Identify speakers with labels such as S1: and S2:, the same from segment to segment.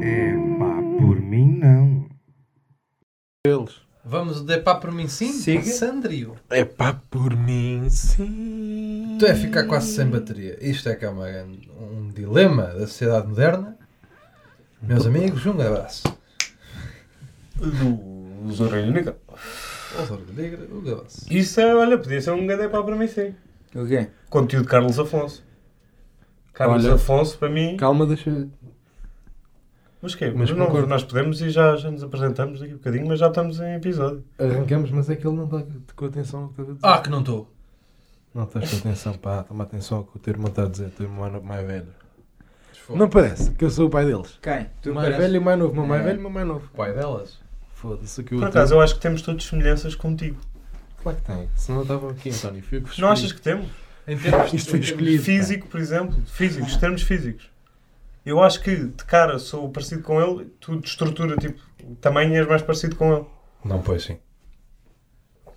S1: Epá, por mim não.
S2: Eles.
S3: Vamos de pá por mim sim?
S2: Siga.
S3: Sandrio.
S2: É pá, por mim, sim.
S3: Tu é ficar quase sem bateria. Isto é que é uma grande- um dilema da sociedade moderna. Meus amigos, um abraço.
S4: Do, dos orelhos negras.
S3: Olá, Rodrigo, um abraço.
S4: Isso é, olha, podia ser um grande pá para mim, sim.
S2: O quê?
S4: Conteúdo de Carlos Afonso. Carlos
S2: Olha.
S4: Afonso, para mim.
S2: Calma, deixa.
S4: Mas quê?
S2: Mas
S4: Mas não,
S2: concordo.
S4: nós podemos e já, já nos apresentamos daqui a bocadinho, mas já estamos em episódio.
S2: Arrancamos, mas é que ele não está com atenção ao que estás a dizer.
S3: Ah, que não estou.
S2: Não estás com atenção, pá. Toma atenção ao que o teu irmão está a dizer. O teu irmão é mais velho. Não parece que eu sou o pai deles.
S5: Quem? Tu
S2: mais
S5: pareces-
S2: velho e mais novo. Meu mais
S5: É.
S2: velho e meu mais novo.
S3: O pai delas.
S2: Foda-se que o
S4: Por
S2: teu-
S4: acaso, eu acho que temos todos semelhanças contigo.
S2: Claro é que tem. Se não estavam aqui, António, fui eu que vos
S4: Não
S2: escolhi.
S4: achas que temos?
S3: Em termos de
S2: Isto foi escolhido.
S4: Físico, por exemplo. Físicos, termos físicos. Eu acho que, de cara, sou parecido com ele, tu de estrutura, tipo, tamanho és mais parecido com ele.
S3: Não, pois sim.
S2: pá.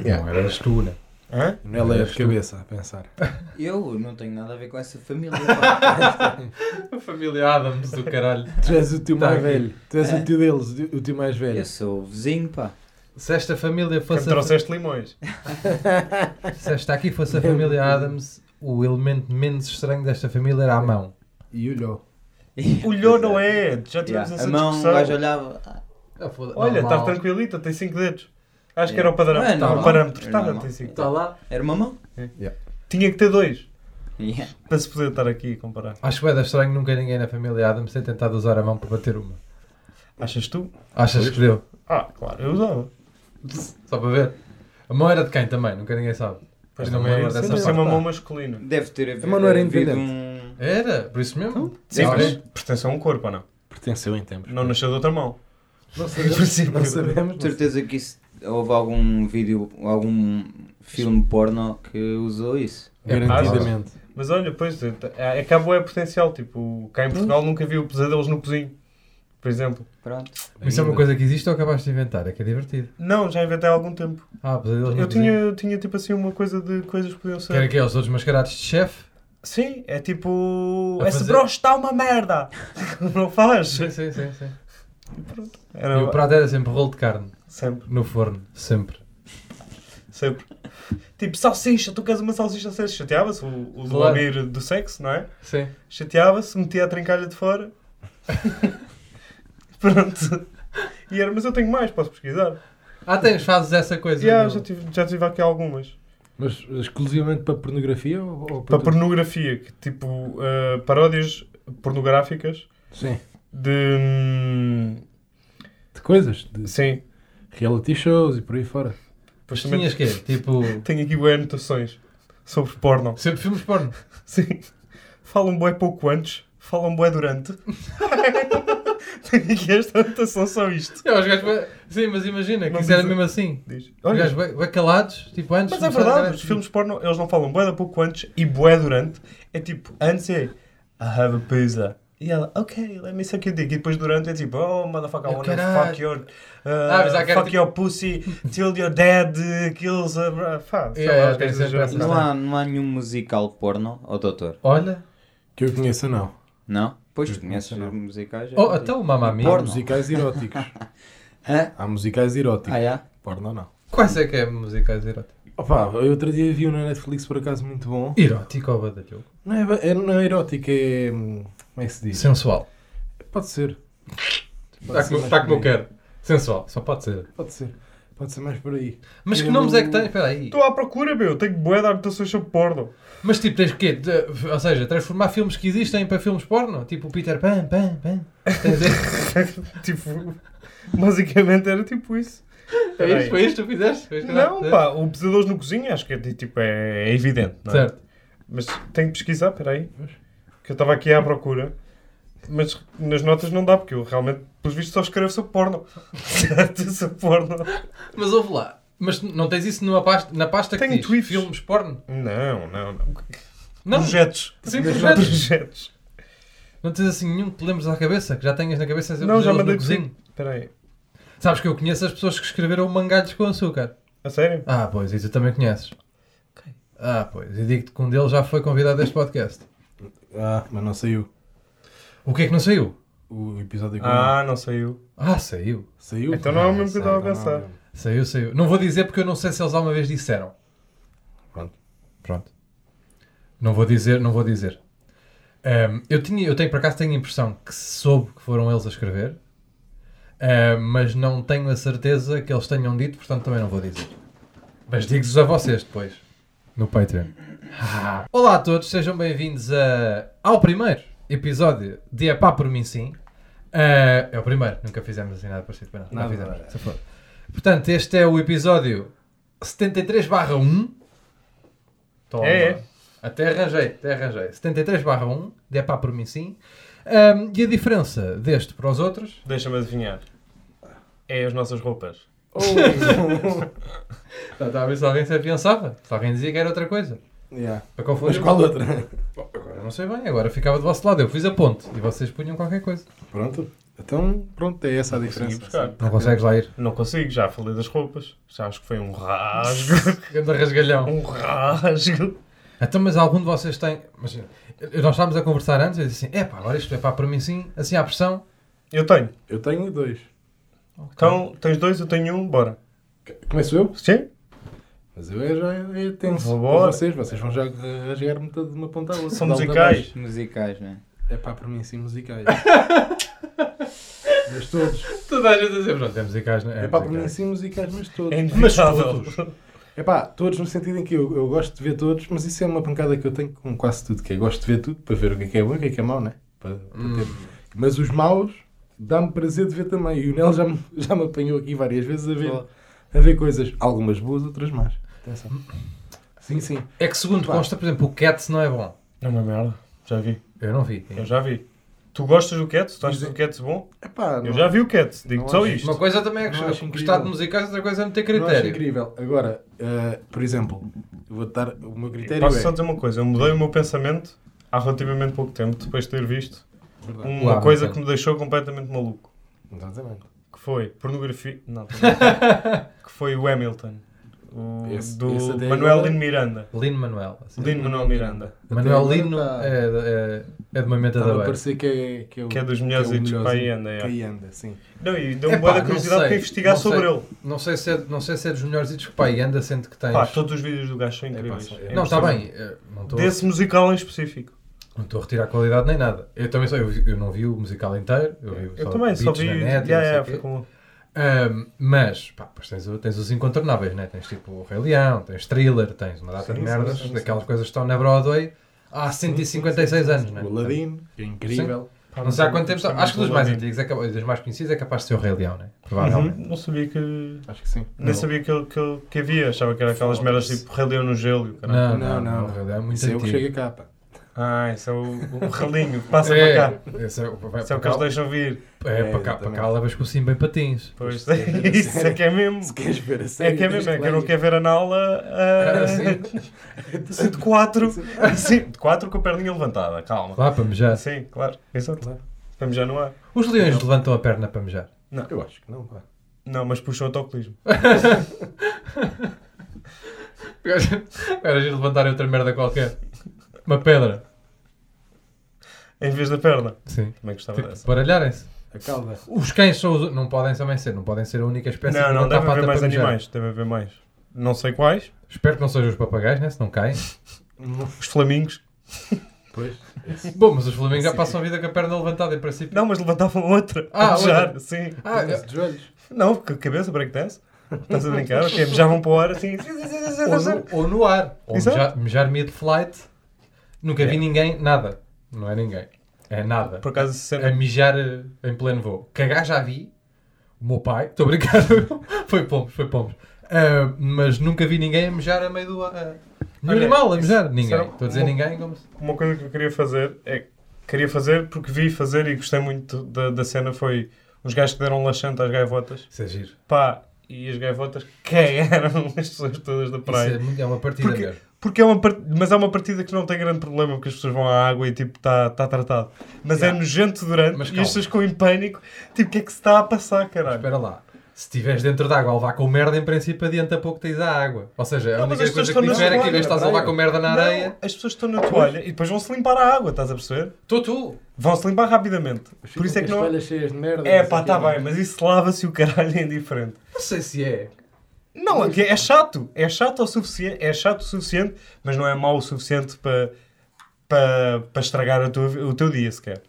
S2: Yeah.
S3: Não eras tu, né?
S4: Hã?
S2: Nela é a cabeça a pensar.
S5: Eu não tenho nada a ver com essa família. pá.
S3: A família Adams do caralho.
S2: Tu és o tio
S3: Tá
S2: mais
S3: aqui.
S2: velho. Tu és o tio deles, o tio mais velho.
S5: eu sou o vizinho, pá.
S3: Se esta família
S4: Que me
S3: fosse. a-
S4: trouxeste limões.
S3: Se esta aqui fosse a família Adams, o elemento menos estranho desta família era a mão.
S2: E olhou.
S4: Olhou, não é? Já tivemos
S5: Yeah.
S4: essa
S5: A mão, o
S4: discussão.
S5: gajo olhava. ah,
S4: Olha,
S2: tá
S4: está
S3: está
S4: tranquilita, tem 5 dedos. Acho
S5: É.
S4: que era o padrão.
S5: Não é
S4: Tá, o
S5: normal.
S4: parâmetro.
S5: É
S4: Tá,
S5: normal.
S4: tem cinco.
S5: Tá
S3: lá.
S5: Era uma mão?
S4: Tinha que ter dois
S5: Yeah.
S4: para se poder estar aqui a comparar.
S3: Acho que vai dar estranho nunca ninguém na família Adams ter tentado usar a mão para bater uma.
S4: Achas tu?
S3: Achas que deu?
S4: Ah, claro, eu usava.
S3: Só para ver. A mão era de quem também? Nunca ninguém sabe.
S4: Pois
S3: Eu não
S4: também
S3: me
S4: é
S3: lembro
S4: sempre
S3: dessa
S4: ser uma
S3: parte.
S4: mão masculina.
S5: Deve ter havido,
S2: A mão não era
S5: havido
S2: independente.
S5: um.
S3: Era, por isso mesmo.
S4: Então,
S3: é
S4: Sim,
S3: Olha,
S4: mas pertence a um corpo, ou não?
S2: Pertenceu em tempos.
S4: Não nasceu de outra mão.
S2: Não
S4: Por cima.
S2: Não sabemos.
S5: De certeza que isso, houve algum vídeo, algum filme porno que usou isso.
S3: É
S2: é Garantidamente.
S4: Mas olha, pois, é que há bué potencial. Tipo, cá em
S5: Hum.
S4: Portugal nunca vi o Pesadelos no Cozinho, por exemplo.
S5: Pronto.
S3: Mas isso é uma
S2: Ainda.
S3: coisa que existe ou acabaste de inventar? É que é divertido.
S4: Não, já inventei há algum tempo.
S3: Ah, pesadelos
S5: é
S4: Eu tinha, eu tinha tipo assim uma coisa de coisas que podiam ser.
S3: Quero que é os outros mascarados de chefe.
S4: Sim, é tipo.
S3: A
S4: Esse
S3: fazer-
S4: broche está uma merda! não faz?
S3: Sim, sim, sim. sim. E
S4: Era
S3: o prato era sempre rolo de carne.
S4: Sempre,
S3: No forno. Sempre.
S4: sempre. Tipo, salsicha, tu queres uma salsicha sexy? Chateava-se o, o do
S3: Claro.
S4: Amir do sexo, não é?
S3: Sim.
S4: Chateava-se, metia a trincalha de fora. Pronto. E era, mas eu tenho mais, posso pesquisar.
S3: Ah, tens, fazes essa coisa.
S4: Já,
S3: do-
S4: já, tive, já tive aqui algumas.
S2: Mas exclusivamente para pornografia ou, ou
S4: Para
S2: tudo?
S4: pornografia, que tipo, eh, paródias pornográficas
S2: Sim.
S4: de. hum,
S2: De coisas. De
S4: Sim.
S2: reality shows e por aí fora.
S4: Pois também
S3: Tinhas quê? Tipo.
S4: tenho aqui boas anotações sobre porno.
S3: Sempre filmes porno.
S4: Sim. Falam bué pouco antes, falam bué durante. Tenho aqui esta anotação, só isto.
S3: É, os gajos bué- Sim, mas imagina que
S4: Não
S3: isso era
S4: diz-
S3: mesmo assim.
S4: Diz.
S3: Os
S4: Olha,
S3: gajos bué- bué calados, tipo antes.
S4: mas
S3: de
S4: é
S3: começar a
S4: verdade,
S3: dar-
S4: os filmes porno, eles não falam bué da pouco antes e bué durante. É tipo, antes é I have a pizza. E ela, ok, let me suck your dick. E depois durante é tipo, oh motherfucker, I
S3: Oh,
S4: wanna
S3: caralho.
S4: fuck your, uh,
S3: Ah, mas há cara
S4: fuck
S3: tipo-
S4: your pussy till your dad uh, kills a... bra- Fá, sei
S3: Yeah, yeah,
S4: lá, os
S3: É, tem
S4: gajos
S3: sempre
S4: exageram.
S3: essa-
S5: Não há, não há nenhum musical porno, ó doutor?
S3: Olha.
S2: Que eu conheço, não.
S5: Não? Pois tu
S2: Não
S5: conheces
S2: sei, não. então-
S5: os musicais? já
S3: Oh,
S5: vi.
S3: até o Mamma Mia.
S2: Há
S5: Porno.
S2: musicais eróticos.
S5: Hã?
S2: Há musicais eróticos.
S5: Ah, é?
S2: Porno não.
S3: Quais é que é musicais eróticos?
S2: Opa, eu outro dia vi um na Netflix por acaso muito bom.
S3: Erótico ou badalhoco?
S2: Não é, ba- é- não é erótico, é. hum, Como é que se diz?
S3: Sensual.
S2: Pode ser. Pode
S3: Está
S2: ser
S3: como,
S2: mais
S3: tá como eu
S2: por aí.
S3: quero. Sensual, só pode ser.
S2: Pode ser. Pode ser mais por aí.
S3: Mas que
S2: Eu-
S3: nomes é que tens? Espera aí.
S4: Estou à procura, meu. Tenho bué de anotações sobre porno.
S3: Mas tipo, tens quê? De- Ou seja, transformar filmes que existem para filmes porno? Tipo o Peter Pan, Pan, Pan. Tens é
S4: tipo, basicamente era tipo isso.
S3: isto? É Foi isto que tu fizeste? Foi isto que
S4: Não,
S3: fizeste?
S4: pá, o pesadelos no cozinho acho que é, de- tipo, é, é evidente, não é?
S3: Certo.
S4: Mas tenho que pesquisar, peraí. Que eu estava aqui à procura. Mas nas notas não dá, porque eu realmente, pelos vistos, só escrevo sobre porno. Certo, sobre porno.
S3: Mas ouve lá. Mas não tens isso numa pasta, na pasta que
S4: Tenho
S3: diz
S4: tweets.
S3: filmes porno?
S4: Não, não, não.
S3: Não.
S4: Projetos.
S3: Sim,
S2: Mas
S3: projetos.
S4: Projetos.
S3: Não tens assim nenhum que te lembres à cabeça? Que já tenhas na cabeça?
S4: Não, já
S3: exemplo,
S4: mandei
S3: no cozinho?
S4: Peraí.
S3: Sabes que eu conheço as pessoas que escreveram mangalhos com açúcar.
S4: A sério?
S3: Ah, pois, e tu também conheces. Ah, pois, e digo-te que um deles já foi convidado a este podcast.
S2: Ah, mas não saiu.
S3: O que é que não saiu?
S2: O episódio que
S4: Ah, não saiu.
S3: Ah, saiu.
S2: saiu.
S4: Então não é o mesmo que eu
S2: Ah,
S4: estava a
S2: então não é o
S4: pensar.
S2: mesmo.
S3: Saiu, saiu. Não vou dizer porque eu não sei se eles alguma vez disseram.
S2: Pronto.
S3: Pronto. Não vou dizer, não vou dizer. Ahm, eu, tinha, eu tenho, por acaso, tenho a impressão que soube que foram eles a escrever, ahm, Eh, mas não tenho a certeza que eles tenham dito, portanto também não vou dizer. Mas digo-vos a vocês depois, no Patreon. Ah. Olá a todos, sejam bem-vindos a- ao primeiro episódio de É Pá Por Mim Sim. Ah, é o primeiro, nunca fizemos assim nada parecido. Não, não
S2: Nada.
S3: fizemos. se for. Portanto, este é o episódio 73 1. Toma.
S4: É, é.
S3: Até arranjei, até arranjei. 73 1, de É Pá Por Mim Sim. Ahm, e a diferença deste para os outros?
S4: Deixa-me adivinhar. É as nossas roupas.
S3: Estava a ver se alguém se afiançava, se alguém dizia que era outra coisa.
S2: Oh. Yeah.
S3: Para confundir.
S2: Mas qual é? outra?
S3: Agora não sei bem, agora ficava do vosso lado. Eu fiz a ponte e vocês punham qualquer coisa.
S2: Pronto. Então, pronto, é essa a
S4: Consegui
S2: diferença.
S4: buscar.
S3: Não consegues lá ir.
S4: Não consigo, já falei das roupas. Já acho que foi um rasgo.
S3: Grande rasgalhão.
S4: um rasgo.
S3: Então, mas algum de vocês tem. Mas, eh, nós estávamos a conversar antes e eu disse assim: é pá, agora isto é pá, para mim sim, assim à pressão.
S4: Eu tenho.
S2: Eu tenho dois.
S4: Então, tens dois, eu tenho um, bora.
S2: Começo eu?
S4: Sim?
S2: Mas eu é já é tenso.
S4: Bora.
S2: Para vocês, vocês vão já rasgar me de uma ponta à outra.
S4: São
S2: de alta a
S4: musicais.
S5: Musicais, né?
S2: baixo. É pá, para mim sim, musicais. mas todos.
S3: Toda a gente a dizer: pronto, é musicais, não é?
S2: É pá, para mim sim, musicais, mas todos.
S4: É
S2: mas
S4: inevitável.
S2: todos. É pá, todos no sentido em que eu, eu gosto de ver todos, mas isso é uma pancada que eu tenho com quase tudo, que é gosto de ver tudo para ver o que é que é bom e o que é que é mau, né? Para, para
S4: Hum.
S2: ter.
S3: Hum.
S2: Mas os maus dá-me prazer de ver também. E o Nel já me, já me apanhou aqui várias vezes a ver, a ver coisas, algumas boas, outras más. Atenção. Sim, sim.
S3: É que segundo
S2: Pá.
S3: consta, por exemplo, o Cats não é bom.
S4: É uma merda. Já vi.
S3: Eu não vi.
S4: Eu já vi. Tu gostas do Cats? Tu achas o Cats bom?
S2: É pá,
S4: Eu já vi o Cats. Digo-te só
S2: acho-
S4: isto.
S3: Uma coisa também é
S2: Não acho
S3: gostar,
S2: incrível.
S3: gostar de musicais, outra coisa é não ter
S2: não acho
S3: critério.
S2: incrível. Agora, eh, por exemplo, eu vou dar o meu critério
S4: Posso
S2: é...
S4: só dizer uma coisa? Eu mudei o meu pensamento há relativamente pouco tempo, depois de ter visto
S2: Verdade.
S4: uma
S3: Uau,
S4: coisa
S3: então.
S4: que me deixou completamente maluco.
S2: Exatamente.
S4: Que foi pornografia. Não, tô brincando. que foi o Hamilton. O,
S2: Esse-
S4: do
S2: esse até é
S4: Manuel
S2: agora-
S4: Lino Miranda.
S3: Lino Manuel. assim.
S4: Lino Manuel Miranda.
S3: Manuel
S2: Até agora
S3: Lino
S2: tá-
S3: é, é, é de uma menta da
S2: Estava a
S3: beira.
S2: parecer que é, que é, o,
S4: Tá Que é dos melhores
S2: que é o
S4: e dos pai anda.
S2: Que
S4: é.
S2: aí anda, sim.
S4: Não, e deu-me
S3: Epá,
S4: boa da
S3: não
S4: curiosidade
S3: sei,
S4: para investigar
S3: não
S4: sobre
S3: sei.
S4: ele.
S3: Não sei, se é, não sei se é dos melhores discos que pá, e anda sendo que tens.
S4: Pá, todos os vídeos do gajo são
S2: pá,
S4: incríveis.
S2: são-
S4: É
S3: não, está
S4: impressionante.
S3: bem. eh, Não estou
S4: Desse musical em específico.
S3: não estou a retirar qualidade nem nada. Eu também só, eu, vi- eu não vi o musical inteiro. Eu, vi
S4: Eu também só
S3: beats
S4: vi. é,
S3: na net e não sei
S4: Yeah, yeah,
S3: o quê.
S4: foi com-
S3: Ahm, mas, pá, depois tens, o- tens os incontornáveis, né? Tens tipo o Rei Leão, tens Thriller, tens uma data
S2: Sim,
S3: de
S2: sim,
S3: merdas,
S2: sim, sim.
S3: daquelas coisas que estão na Broadway há 156 anos, né?
S2: O Ladino, que é incrível.
S4: Pá,
S3: Não sei há quanto tempo.
S4: gosto
S3: está-
S4: muito
S3: Acho que
S4: do
S3: dos mais
S4: Ladino.
S3: antigos, é capaz- dos mais conhecidos, é capaz de ser o Rei Leão, né?
S4: Uhum.
S3: Provavelmente.
S4: Não sabia que.
S2: Acho que sim.
S4: Nem sabia que, que, que havia, achava que era aquelas merdas tipo Rei Leão no gelo. e o
S3: Não,
S4: caralho.
S2: Não,
S3: não,
S2: não,
S3: não. O Rei Leão é muito
S2: Isso é o que
S3: antigo.
S2: chega cá, pá.
S4: Ah, isso é o, o relinho que passa
S3: é,
S4: para cá.
S3: Esse é, o- vai
S4: Isso
S3: para
S4: é o que
S3: cá,
S4: eles deixam vir.
S3: é,
S2: É,
S3: para cá, para
S2: exatamente.
S3: cá levas com o Simba em patins.
S4: Pois isso é que é mesmo.
S2: Se queres ver a
S4: É
S2: série,
S4: que é mesmo, é que eu não quero ver a Naula
S3: Ah,
S4: ah,
S3: sim.
S4: assim, de 4. Sim, de 4 com a perninha levantada, calma.
S3: Lá para mejar.
S4: Sim, claro. Exato.
S2: Claro.
S4: Estamos já no ar.
S3: Os leões levantam a perna para mejar.
S2: Eu acho que não, pá.
S4: Não, mas puxam autocolismo.
S3: Era a gente levantar outra merda qualquer. Uma pedra.
S4: Em vez da perna.
S3: Sim.
S4: Também gostava
S3: Tipo,
S4: dessa.
S3: baralharem-se.
S2: A calda.
S3: Os cães são os... Não podem também ser. Não podem ser a única espécie
S4: Não,
S3: que
S4: não,
S3: levanta a
S4: deve
S3: pata
S4: haver mais
S3: para mejar.
S4: animais. Deve haver mais. Não sei quais.
S3: Espero que não sejam os papagaios, né? Se não caem.
S4: Os flamingos.
S2: Pois.
S3: Bom, mas os flamingos já passam a vida com a perna levantada em princípio.
S4: Não, mas levantavam outra.
S3: Ah,
S4: Ah, já,
S3: outra.
S4: sim.
S3: Ah,
S2: Mas de joelhos.
S4: Não, porque cabeça, breakdance. Estás a brincar? ok, já vão para o ar assim.
S3: ou, no, ou no ar. Ou
S4: Exato.
S3: mejar, mejar mid-flight. Nunca vi ninguém, nada. Não é ninguém. É nada.
S4: Por acaso,
S3: A
S4: sempre.
S3: mijar eh, em pleno voo. Cagar já vi. O meu pai. Estou a brincar. foi pombos, foi pombos. Ah, mas nunca vi ninguém a mijar a meio do ar. ah, nenhum
S4: Olha,
S3: animal a mijar.
S4: isso- isso é um
S3: Ninguém.
S4: era
S3: Estou a dizer
S4: uma-
S3: ninguém como se...
S4: Uma coisa que eu queria fazer é. Queria fazer porque vi fazer e gostei muito da, da cena. Foi os gajos que deram laxante às gaivotas.
S3: Isso é giro.
S4: Pá, e as gaivotas cagaram as pessoas todas da
S3: Isso
S4: praia.
S3: é, muito- é uma partida
S4: Porque-
S3: mesmo.
S4: Porque é uma part... Mas é uma partida que não tem grande problema, porque as pessoas vão à água e tipo, está tá tratado. Mas
S3: Yeah.
S4: é nojento durante
S3: Mas
S4: e as
S3: calma.
S4: pessoas ficam em pânico. Tipo, o que é que se está a passar, caralho?
S3: Espera lá. Se estiveres dentro de água a levar com merda, em princípio adianta pouco tens a água. Ou seja, a
S4: Não, mas
S3: única coisa
S4: as pessoas
S3: que
S4: estão na
S3: tiver é que em
S4: toalha,
S3: vez de estás a
S4: na
S3: levar
S4: praia.
S3: com merda na
S4: Não,
S3: areia,
S4: as pessoas estão na toalha e depois vão-se limpar a água, estás a perceber?
S3: tu, tu.
S4: Vão-se limpar rapidamente. Por isso é
S2: As
S4: que não.
S2: toalhas cheias de merda.
S4: É
S2: não sei
S4: pá,
S2: o
S4: tá
S2: quê,
S4: bem, mas isso lava-se o caralho é indiferente.
S3: Não sei se é.
S4: Não, é, que é chato. É chato, o suficiente, é chato o suficiente, mas não é mau o suficiente para para para estragar a tua vi- o teu dia sequer.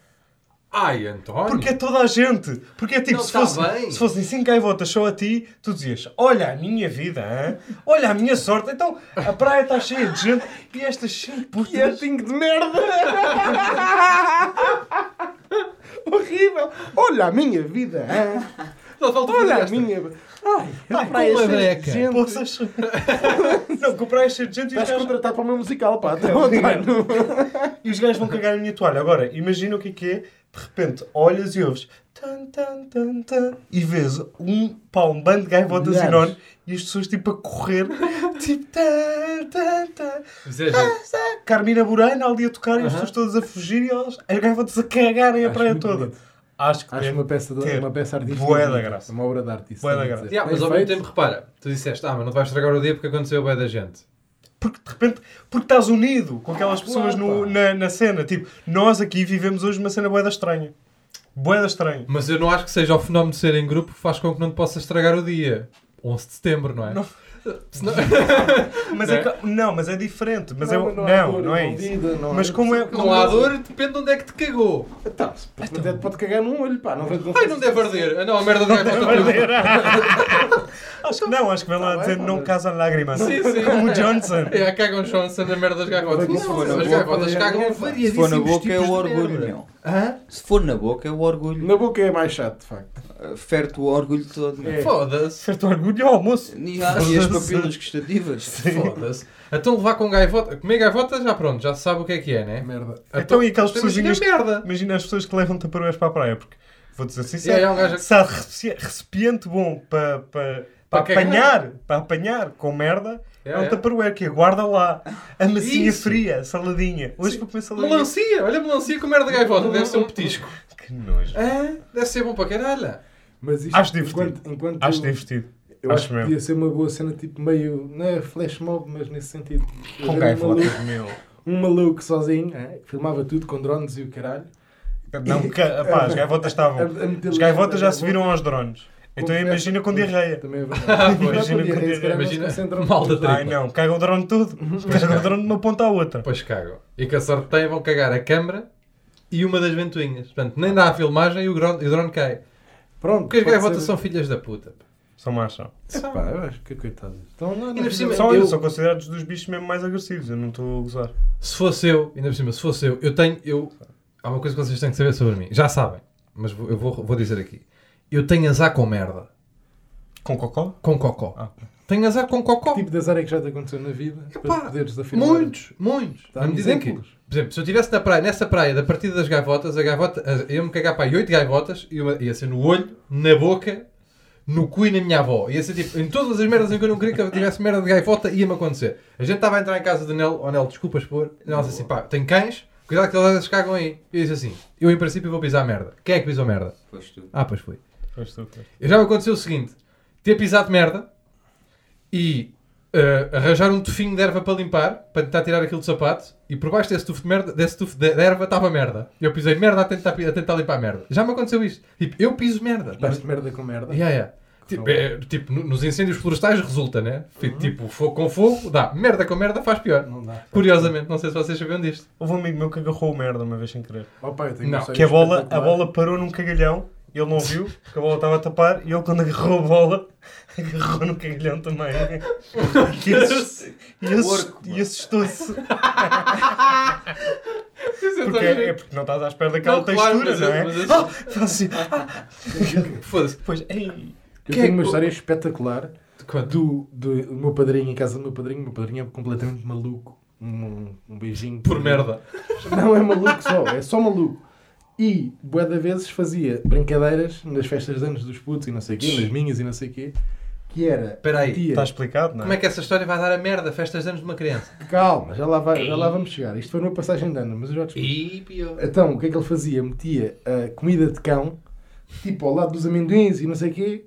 S3: Ai, António.
S4: Porque é toda a gente. Porque é tipo,
S3: Não,
S4: se,
S3: tá
S4: fosse,
S3: bem.
S4: se fossem 5 gaivotas só a ti, tu dizias: Olha a minha vida, hã? olha a minha sorte. Então a praia está cheia de gente e estas 5 putas.
S2: de merda! Horrível! Olha a minha vida! hã?
S3: Só falta fazer
S2: Olha a
S3: esta.
S2: minha. Ai,
S4: Ai,
S2: praia
S3: como
S2: cheia
S3: é
S2: de
S3: breca.
S2: gente.
S4: Poças. não, que a praia é cheia de gente e os
S2: Estás
S4: gajos-
S2: contratado para o meu musical, pá. Tá
S4: Não,
S2: bom, tá,
S4: E os gajos vão cagar na minha toalha. Agora, imagina o que é que é. De repente, olhas e ouves. Tan, tan, tan, tan, e vês um, pá, um bando de gaivotas
S2: Milhares.
S4: enorme e as pessoas tipo a correr. tipo. Tan, tan, tan.
S3: Mas é giro.
S4: Carmina Burana ali a tocar e as pessoas todas a fugir e elas, as gaivotas a cagarem a
S2: Acho
S4: praia
S2: muito
S4: toda.
S2: bonito.
S4: Acho que
S2: Acho
S4: tem-
S2: uma peça, de,
S4: ter
S2: uma peça artística.
S4: bué da
S2: bonita,
S4: graça.
S2: Uma obra de arte. isso
S4: Bué da
S2: tenho a
S4: graça.
S2: dizer.
S3: Yeah, mas
S2: Bem
S3: ao mesmo
S2: feito.
S3: tempo, repara, tu disseste, ah, mas não te vais estragar o dia porque aconteceu o bem da gente.
S4: Porque de repente, porque estás unido com aquelas pessoas no-
S2: pá.
S4: na, na cena. Tipo, nós aqui vivemos hoje uma cena boeda estranha. Boeda estranha.
S3: Mas eu não acho que seja o fenómeno de ser em grupo que faz com que não te possas estragar o dia. 11 de setembro, não é?
S4: Não.
S3: Senão-
S4: Mas
S3: Não
S4: é?
S3: é?
S4: que- não, mas é diferente. Mas
S2: Não,
S4: é,
S2: mas
S4: não,
S2: não há
S4: não,
S2: dor
S4: é isso.
S2: envolvida, não há-
S4: mas como é.
S3: não há dor, depende de onde é que te cagou.
S2: Tá, se- até pode cagar num olho, pá. Não vai
S3: Ai, não deve arder. Ah, não, a merda não é
S4: acho que não, acho que vem lá
S2: Tá
S4: dizer
S2: bem,
S4: não
S2: mas-
S4: casa lágrimas.
S3: Sim, sim.
S4: Como o Johnson.
S3: É, a cagam Johnson na merda das gaivotas.
S2: Não,
S3: Não,
S2: se for na
S3: as
S2: boca,
S3: gaivotas
S2: é-
S3: cagam
S2: é-
S5: Se for na
S3: variadíssimos
S5: boca é
S3: tipos
S5: o
S3: de
S5: orgulho,
S3: merda.
S5: meu.
S3: Hã?
S5: Se for na boca é o orgulho.
S2: Na boca é mais chato, de facto.
S5: Uh, Ferte o orgulho todo.
S2: É.
S3: Foda-se.
S4: Certo orgulho ao almoço.
S5: E a- e as papilas gustativas.
S3: Foda-se. Então levar com gaivota... Comer gaivota já pronto, já se sabe o que é que é, né?
S2: Merda.
S4: Então, e aquelas pessoas
S3: Imagina
S4: que
S3: merda.
S4: Imagina as pessoas que levam taparoeiras para a praia, porque vou dizer sincero,
S3: É, é um gajo-
S4: se há rece- recipiente bom para, para, para,
S3: cagar.
S4: apanhar, para apanhar com merda,
S3: É,
S4: é, um
S3: é.
S4: taparoeiro que guarda lá a massinha
S3: Isso.
S4: fria, saladinha. Hoje vou comer saladinha.
S3: Melancia, olha melancia com merda de gaivota, deve ser um petisco.
S4: Que nojo.
S3: Ah, deve ser bom para caralho.
S2: Mas isto,
S4: Acho divertido.
S2: Enquanto, enquanto
S4: Acho
S2: eu-
S4: divertido.
S2: Eu
S4: Acho
S2: acho que
S4: mesmo.
S2: podia ser uma boa cena, tipo meio. Não é flash mob, mas nesse sentido.
S4: Com
S2: Haver um
S4: gaivotas,
S2: maluco-
S4: meu.
S2: Um maluco sozinho, é? que filmava tudo com drones e o caralho.
S4: Não, ca- pá, as gaivotas estavam.
S2: A- a meter
S4: As gaivotas já
S2: lixo
S4: se viram aos drones. Então
S2: Com-
S4: imagina com diarreia.
S2: Também é verdade.
S4: pois. Imagina
S2: Imagina
S4: com
S2: com
S4: diarreia.
S2: diarreia. se calhar não se
S3: Imagina,
S2: concentram
S3: mal da
S2: muito.
S3: tripa.
S4: Ai não, caga o drone todo. Caga o drone de uma ponta à outra.
S3: Depois cagam. E que a sorte tem, vão cagar a câmara e uma das ventoinhas. Portanto, nem dá a filmagem e o drone, e o drone cai.
S2: Pronto.
S3: Porque as
S2: pode
S3: gaivotas
S2: ser-
S3: são filhas da puta.
S4: Só macham.
S3: São.
S2: Pá, eu acho que coitadas. Então, não,
S3: Ainda por cima-
S4: São,
S3: Eu-
S4: são considerados dos bichos mesmo mais agressivos. Eu não estou a gozar.
S3: Se fosse eu, ainda por cima, se fosse eu, eu tenho. Eu, há uma coisa que vocês têm que saber sobre mim. Já sabem, mas vou- eu vou, vou dizer aqui. Eu tenho azar com merda.
S4: Com cocó?
S3: Com cocó.
S4: Ah.
S3: Tenho azar com cocó.
S2: Que tipo de azar é que já te aconteceu na vida? para
S3: Pá,
S2: poderes afirmar.
S3: muitos, Tá muitos.
S2: Dá-me
S3: Na medida em que, por
S2: exemplos.
S3: exemplo, se eu estivesse na praia, nessa praia da partida das gaivotas, a gaivota, a- eu ia me cagar para aí 8 gaivotas, e uma, ia ser no olho, na boca, no cu e na minha avó. Ia ser tipo, em todas as merdas em que eu não queria que eu tivesse merda de gaivota, ia-me acontecer. A gente estava a entrar em casa do Nel, oh Nel, desculpas por. E Nós assim, pá, tem cães, cuidado que elas cagam aí. E eu disse assim, eu em princípio vou pisar merda. Quem é que pisou merda?
S5: Pois tu.
S3: Ah, pois foi.
S4: Pois tu, pois.
S3: Eu já me aconteceu o seguinte: ter pisado merda e eh, arranjar um tufinho de erva para limpar, para tentar tirar aquilo do sapato, e por baixo desse tufo de, merda, desse tufo de, de erva estava merda. Eu pisei merda a tentar, pi- a tentar limpar merda. Já me aconteceu isto. Tipo, eu piso merda.
S2: Basta merda com merda.
S3: Yeah, yeah. Tipo, é, tipo, no- nos incêndios florestais resulta, né? Tipo, Tipo, fogo com fogo dá. Merda com merda faz pior.
S2: Não dá.
S3: Curiosamente, não sei se vocês sabiam disto.
S4: Houve um amigo meu que agarrou merda uma vez sem querer.
S2: Oh, pá, eu tenho uma
S3: Não,
S2: história
S4: Que a bola, a
S2: espetacular.
S4: bola parou num cagalhão. Ele não viu, porque a bola estava a tapar. E ele, quando agarrou a bola, agarrou no cagalhão também. E assust- e assust-
S5: Porco, mano.
S4: E assustou-se. Porque é, é porque não estás à espera daquela
S3: Não, claro,
S4: textura,
S3: mas
S4: não
S3: eu-
S4: é?
S3: mas eu-
S4: Ah, faz assim. Ah,
S3: Foda-se.
S4: depois. Ei.
S2: Eu
S3: Que é
S2: tenho uma
S3: que-
S2: história espetacular
S3: Quanto?
S2: do, do, do meu padrinho em casa do meu padrinho. O meu padrinho é completamente maluco. Um, um beijinho.
S3: Por merda.
S2: Não é maluco só, é só maluco. E, bué de vezes, fazia brincadeiras nas festas de anos dos putos e não sei o quê, nas minhas e não sei o quê, que era...
S3: Espera aí,
S2: Tia,
S4: Está explicado, não
S3: Como é que essa história vai dar a merda? Festas de anos de uma criança.
S2: calma, já lá, vai- já lá vamos chegar. Isto foi numa passagem de ano, mas eu já te explico.
S3: E pior.
S2: Então, o que é que ele eh, fazia? Metia a comida de cão, tipo, ao lado dos amendoins e não sei o quê,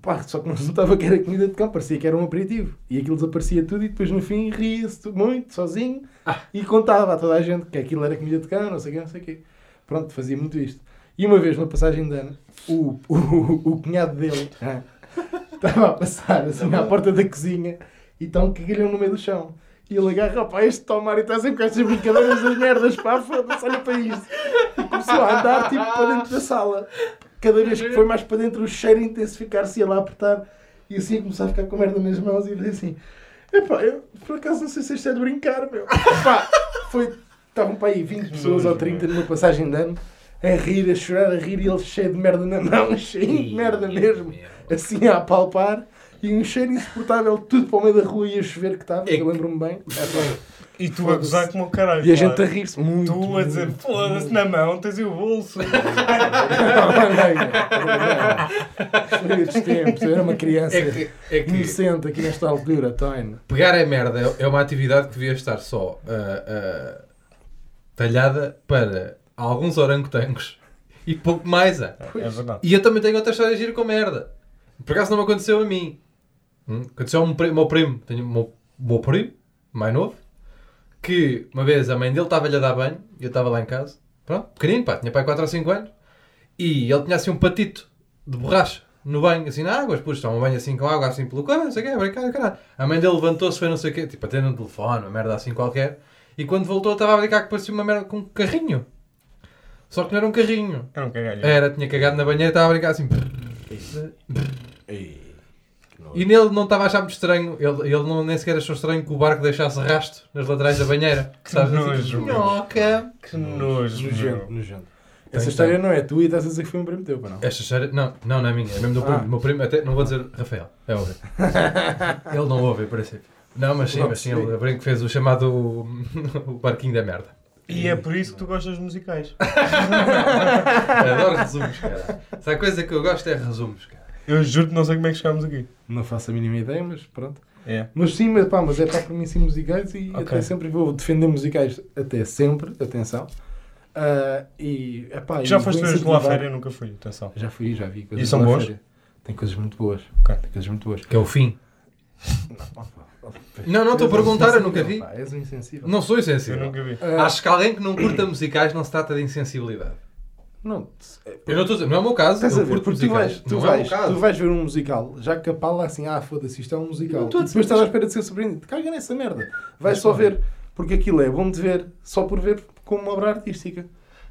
S2: Pá, só que não resultava que era comida de cão, parecia que era um aperitivo. E aquilo desaparecia tudo e depois no fim ria-se muito, sozinho, e contava a toda a gente que aquilo era comida de cão, não sei o quê, não sei o quê. Pronto, fazia muito isto. E uma vez, na passagem de ano, o, o, o cunhado dele ah, estava a passar assim à porta da cozinha e está um cagalhão no meio do chão. E ele agarra, pá, este tomar e está sempre com estas brincadeiras das merdas, pá, foda-se, olha para isto. E começou a andar tipo para dentro da sala. Cada vez que foi mais para dentro, o cheiro a intensificar-se e ele a apertar. E assim começou a ficar com merda nas mãos e eu disse assim: Epá, eu por acaso não sei se isto é de brincar, meu. Pá, foi. Estavam para aí 20 pessoas ou 30 numa passagem de ano, a rir, a chorar, a rir e ele cheio de merda na mão, cheio de merda mesmo, assim a apalpar. E um cheiro insuportável, tudo para o meio da rua e a chover que estava, que
S4: É
S2: eu lembro-me bem.
S4: E tu a gozar como o caralho.
S2: E a gente
S4: claro.
S2: a rir-se muito.
S4: Tu a dizer, foda-se na mão, tens aí o bolso. É
S2: Foi dos tempos, eu era uma criança
S3: É que, é que
S2: inocente aqui nesta altura, Tony.
S3: pegar é merda é é uma atividade que devia estar só ah, ah, talhada para alguns orangotangos e pouco mais. ah.
S4: É verdade.
S3: E eu também tenho outra história gira com merda. Por acaso não me aconteceu a mim. Hum? Aconteceu ao meu primo. Meu primo. Tenho um meu, meu primo, mais novo, que uma vez a mãe dele estava-lhe a dar banho, e eu estava lá em casa. Pronto, pequenino, pá, tinha pai 4 ou 5 anos. E ele tinha assim um patito de borracha no banho, assim na água, depois estava um banho assim com água, assim pelo corpo, não sei o quê, brincar, caralho. A mãe dele levantou-se, foi não sei o quê, tipo, atendendo no telefone, uma merda assim qualquer. E quando voltou, estava a brincar que parecia uma merda com um carrinho. Só que não era um carrinho.
S4: É um cagalho.
S3: Era, tinha cagado na banheira e estava a brincar assim. E nele não estava a achar muito estranho, ele, ele não, nem sequer achou estranho que o barco deixasse rasto nas laterais da banheira. Sabes? Assim,
S4: nojo.
S3: Minhoca.
S4: Que nojo, meu.
S2: Nojento, nojento. Essa história não é tua e estás a dizer que foi um primo teu, para não.
S3: Esta história, não, não, não é minha, é mesmo do
S2: Ah.
S3: primo. O meu primo, até, não vou dizer Rafael, é ouve. ele não ouve, em princípio. Não, mas sim,
S2: Não
S3: mas sim,
S2: percebi.
S3: ele brinco que fez o chamado o barquinho da merda.
S4: E é por isso que tu gostas de musicais.
S3: Adoro resumos, cara. Se há coisa que eu gosto é resumos, cara.
S4: Eu juro que não sei como é que chegámos aqui.
S2: Não faço a mínima ideia, mas pronto.
S4: É.
S2: Mas sim, mas, pá, mas é pá, para mim sim musicais e
S4: Ok.
S2: até sempre vou defender musicais, até sempre, atenção. Ah, e, é pá,
S4: Já
S2: e
S4: foste
S2: vou
S4: ver os lá à
S2: incentivar-
S4: feira? Eu nunca fui, atenção.
S2: Já fui, já vi.
S4: E são
S2: lá à
S4: bons?
S2: feira. Tem coisas muito boas.
S4: Ok.
S2: Tem coisas muito boas.
S3: Que é o fim. Não, não estou a perguntar, eu nunca vi.
S2: Pá, és um insensível.
S3: Não sou
S4: Eu
S3: insensível. É.
S4: nunca vi.
S2: Ah,
S3: Acho que alguém que não curta musicais não se trata de insensibilidade.
S2: não, se- é,
S3: Eu não estou a dizer, não é o meu caso,
S2: Estás a
S3: eu
S2: ver?
S3: curto
S2: Porque tu
S3: musicais.
S2: vais, tu,
S3: não é o meu
S2: vais,
S3: caso.
S2: tu vais ver um musical, já que a pala assim, ah, foda-se, isto é um musical.
S3: Não
S2: E
S3: estou a
S2: depois
S3: dizer-
S2: estás à espera de ser surpreendido. Caga nessa merda. Vais só ver, porque aquilo é bom de ver, só por ver como uma obra artística.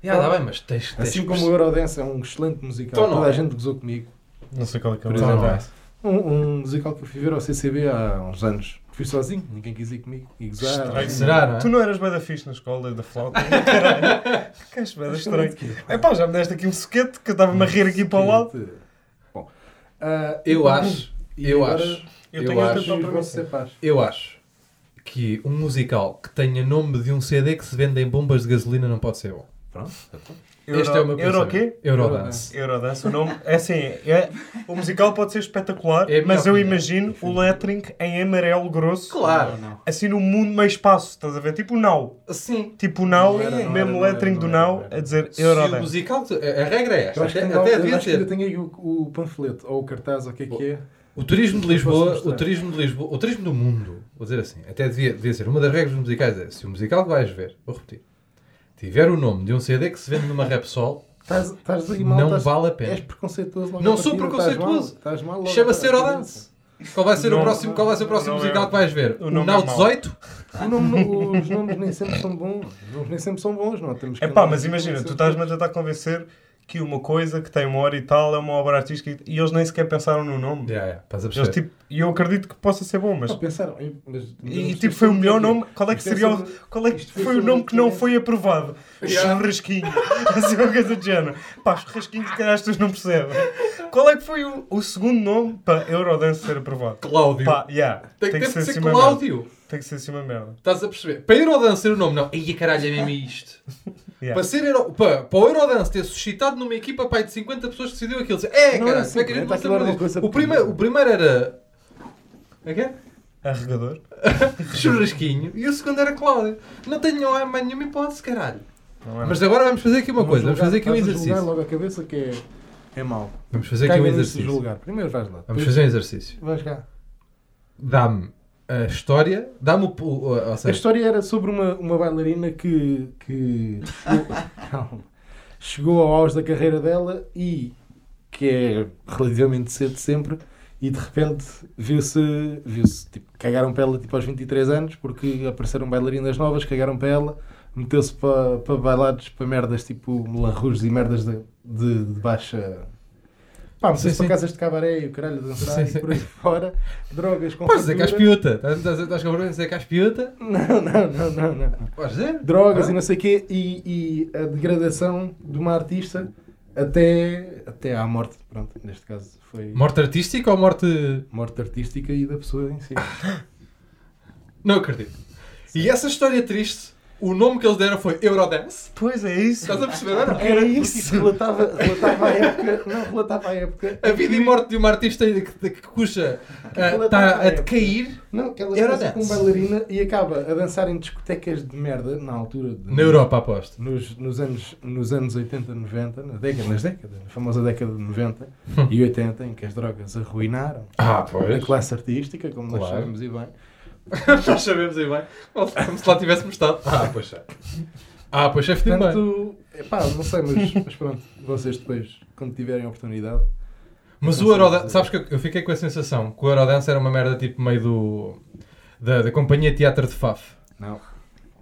S3: Já, dá bem, mas tens, tens
S2: Assim
S3: que
S2: como o
S3: perce-
S2: Eurodance é um excelente musical,
S3: Então não
S2: toda
S3: é.
S2: a gente gozou comigo.
S4: Não sei qual é que é o
S2: Por exemplo,
S4: nome.
S2: Um, um musical que eu fui ver ao CCB há uns anos. Fui sozinho, ninguém quis ir comigo e Assim, gozar.
S4: Estranho.
S3: Será, não é?
S4: Tu não eras bada fixe na escola da flauta? Caralho. Que és bada estranho. É pá, já me deste aqui um soquete que eu estava-me a rir aqui para o lado.
S2: Bom, ah,
S3: Eu acho,
S2: e
S3: eu
S2: agora
S3: acho,
S4: Eu
S3: Eu
S4: tenho outra
S3: acho-
S2: Os
S4: para
S2: vossos
S4: você.
S2: epás.
S3: eu acho que um musical que tenha nome de um CD que se vende em bombas de gasolina não pode ser bom.
S2: Pronto,
S3: este é o meu
S4: Euro o
S3: pensamento.
S4: quê?
S3: Eurodance.
S4: Eurodance, o nome é assim, é- o musical pode ser espetacular,
S3: É a minha
S4: mas eu
S3: opinião.
S4: imagino o lettering em amarelo grosso,
S3: Claro.
S4: assim no mundo meio espaço, estás a ver? Tipo o Now,
S3: Sim.
S4: tipo o Now,
S2: Não era, não era,
S4: mesmo
S2: não
S4: lettering
S2: era,
S4: do
S2: não era,
S4: Now,
S2: não era.
S4: a dizer
S3: Se o
S4: Eurodance.
S3: musical, a, a regra é
S2: Eu
S3: esta,
S2: acho
S3: até,
S2: que, não,
S3: até
S2: eu
S3: devia
S2: acho que ainda
S3: ter.
S2: tenho aí o, o panfleto ou o cartaz, ou o que é que é.
S3: O turismo de Lisboa,
S2: mostrar.
S3: o turismo de Lisboa, o turismo do mundo, vou dizer assim, até devia, devia ser, uma das regras musicais é, se o musical que vais ver, vou repetir, tiver o nome de um CD que se vende numa Repsol,
S2: Estás- Estás aí mal.
S3: não
S2: estás-
S3: vale a pena.
S2: És preconceituoso. logo
S3: Não
S2: à
S3: sou
S2: partida,
S3: preconceituoso.
S2: Estás mal. estás mal logo
S3: Chama-se
S2: à partida.
S3: Eurodance. Qual vai ser o
S4: Não,
S3: próximo, qual vai ser o próximo
S4: não é-
S3: musical que vais ver?
S4: o
S3: O
S4: nome é
S3: Nau
S4: mau.
S3: 18?
S2: O nome- os nomes nem sempre são bons. Os nomes nem sempre são bons. Não, temos que
S4: É pá,
S2: andar-
S4: mas imagina, tu estás-me a tentar convencer que uma coisa que tem uma hora e tal é uma obra artística e eles nem sequer pensaram no nome.
S3: Yeah, yeah, estás a
S4: Eles,
S3: perceber.
S4: tipo, e eu acredito que possa ser bom, mas
S2: Não, assim. pensaram. em- mas-
S4: E, tipo, foi o melhor nome. Qual é que
S2: Isto
S4: seria o,
S2: sobre-
S4: qual é que
S2: isto foi
S4: foi o
S2: sobre
S4: nome que não
S2: internet.
S4: foi aprovado?
S3: Yeah.
S4: Churrasquinho. assim, uma coisa do género. Pá, churrasquinho, se calhar as pessoas não percebem. Qual é que foi o, o segundo nome para Eurodance ser aprovado?
S3: Cláudio.
S4: Pá, yeah.
S3: tem, que ter que
S4: assim
S3: ser
S4: uma merda.
S3: Cláudio.
S4: Tem que ser assim uma merda.
S3: Estás a perceber? Para Eurodance ser o nome, não. Ia caralho, é mesmo isto.
S4: Yeah.
S3: Para, ser Euro... para, para o Eurodance ter suscitado numa equipa pai, de 50 pessoas que decidiu aquilo. É,
S2: Não
S3: caralho,
S2: era
S3: como é que a gente
S2: 50,
S3: não
S2: aquilo
S3: se
S2: era
S3: lembra
S2: uma
S3: disso?
S2: coisa
S3: O primeiro, o primeiro era. Como é que é?
S4: Arregador.
S3: Churrasquinho. E o segundo era Cláudio. Não tenho lá mais nenhuma hipótese, caralho.
S4: Não é?
S3: Mas agora vamos fazer aqui uma
S2: Vamos
S3: coisa. Vamos
S2: julgar-
S3: fazer aqui um
S2: estás a julgar
S3: exercício.
S2: logo a cabeça que é. é mau.
S3: Vamos fazer aqui um
S2: Caga nisso de
S3: exercício.
S2: julgar. Primeiro vais lá.
S3: Vamos
S2: depois
S3: fazer um exercício.
S2: Vais cá.
S3: Dá-me a história, dá-me o. o- o- ou
S2: A
S3: seja,
S2: história era sobre uma, uma bailarina que, que chegou, Calma. chegou ao auge da carreira dela e que é relativamente cedo sempre e de repente viu-se viu-se tipo, cagaram para ela tipo aos 23 anos porque apareceram bailarinas novas, cagaram para ela, meteu-se para, para bailados para merdas tipo melarrujos e merdas de, de, de baixa pá,
S3: Sim,
S2: meteu-se para
S3: sim.
S2: casas de cabaré e o caralho dançar
S3: Sim,
S2: e
S3: sim.
S2: por aí fora drogas com
S3: Podes dizer que és
S2: fartura.
S3: piuta. Estás- Estás estás com problema de dizer que és piuta?
S2: não, não, não, não, não
S3: Podes dizer?
S2: drogas
S3: Ah?
S2: e não sei o quê, e, e a degradação de uma artista até, até à morte. Pronto, neste caso foi
S3: Morte artística ou morte.
S2: morte artística e da pessoa em si.
S3: Não acredito. E essa história triste, o nome que eles deram foi Eurodance.
S4: Pois é isso.
S3: Estás a perceber? Era,
S2: Era isso, relatava, relatava a época, não, relatava a época.
S3: A vida e morte de uma artista que, que custa
S2: ela
S3: está
S2: tá-
S3: a decair
S2: Não, que ela
S3: Era
S2: começa com
S3: dance.
S2: bailarina e acaba a dançar em discotecas de merda na altura de-
S3: na Europa, aposto.
S2: Nos, nos, anos, nos anos 80, 90, na década, nas décadas, na famosa década de 90 e 80, em que as drogas arruinaram
S3: Ah,
S2: a classe artística, como nós
S3: Claro.
S2: sabemos e bem.
S3: Nós sabemos aí bem. Como se lá tivéssemos estado. Ah, pois é. Ah, pois é, fedido bem.
S2: Portanto, epá, não sei, mas, mas pronto, vocês depois, quando tiverem a oportunidade,
S3: Mas o Eurodance, sabes que eu- eu fiquei com a sensação que o Eurodance era uma merda tipo meio do. da, da companhia Teatro de Faf.
S2: não.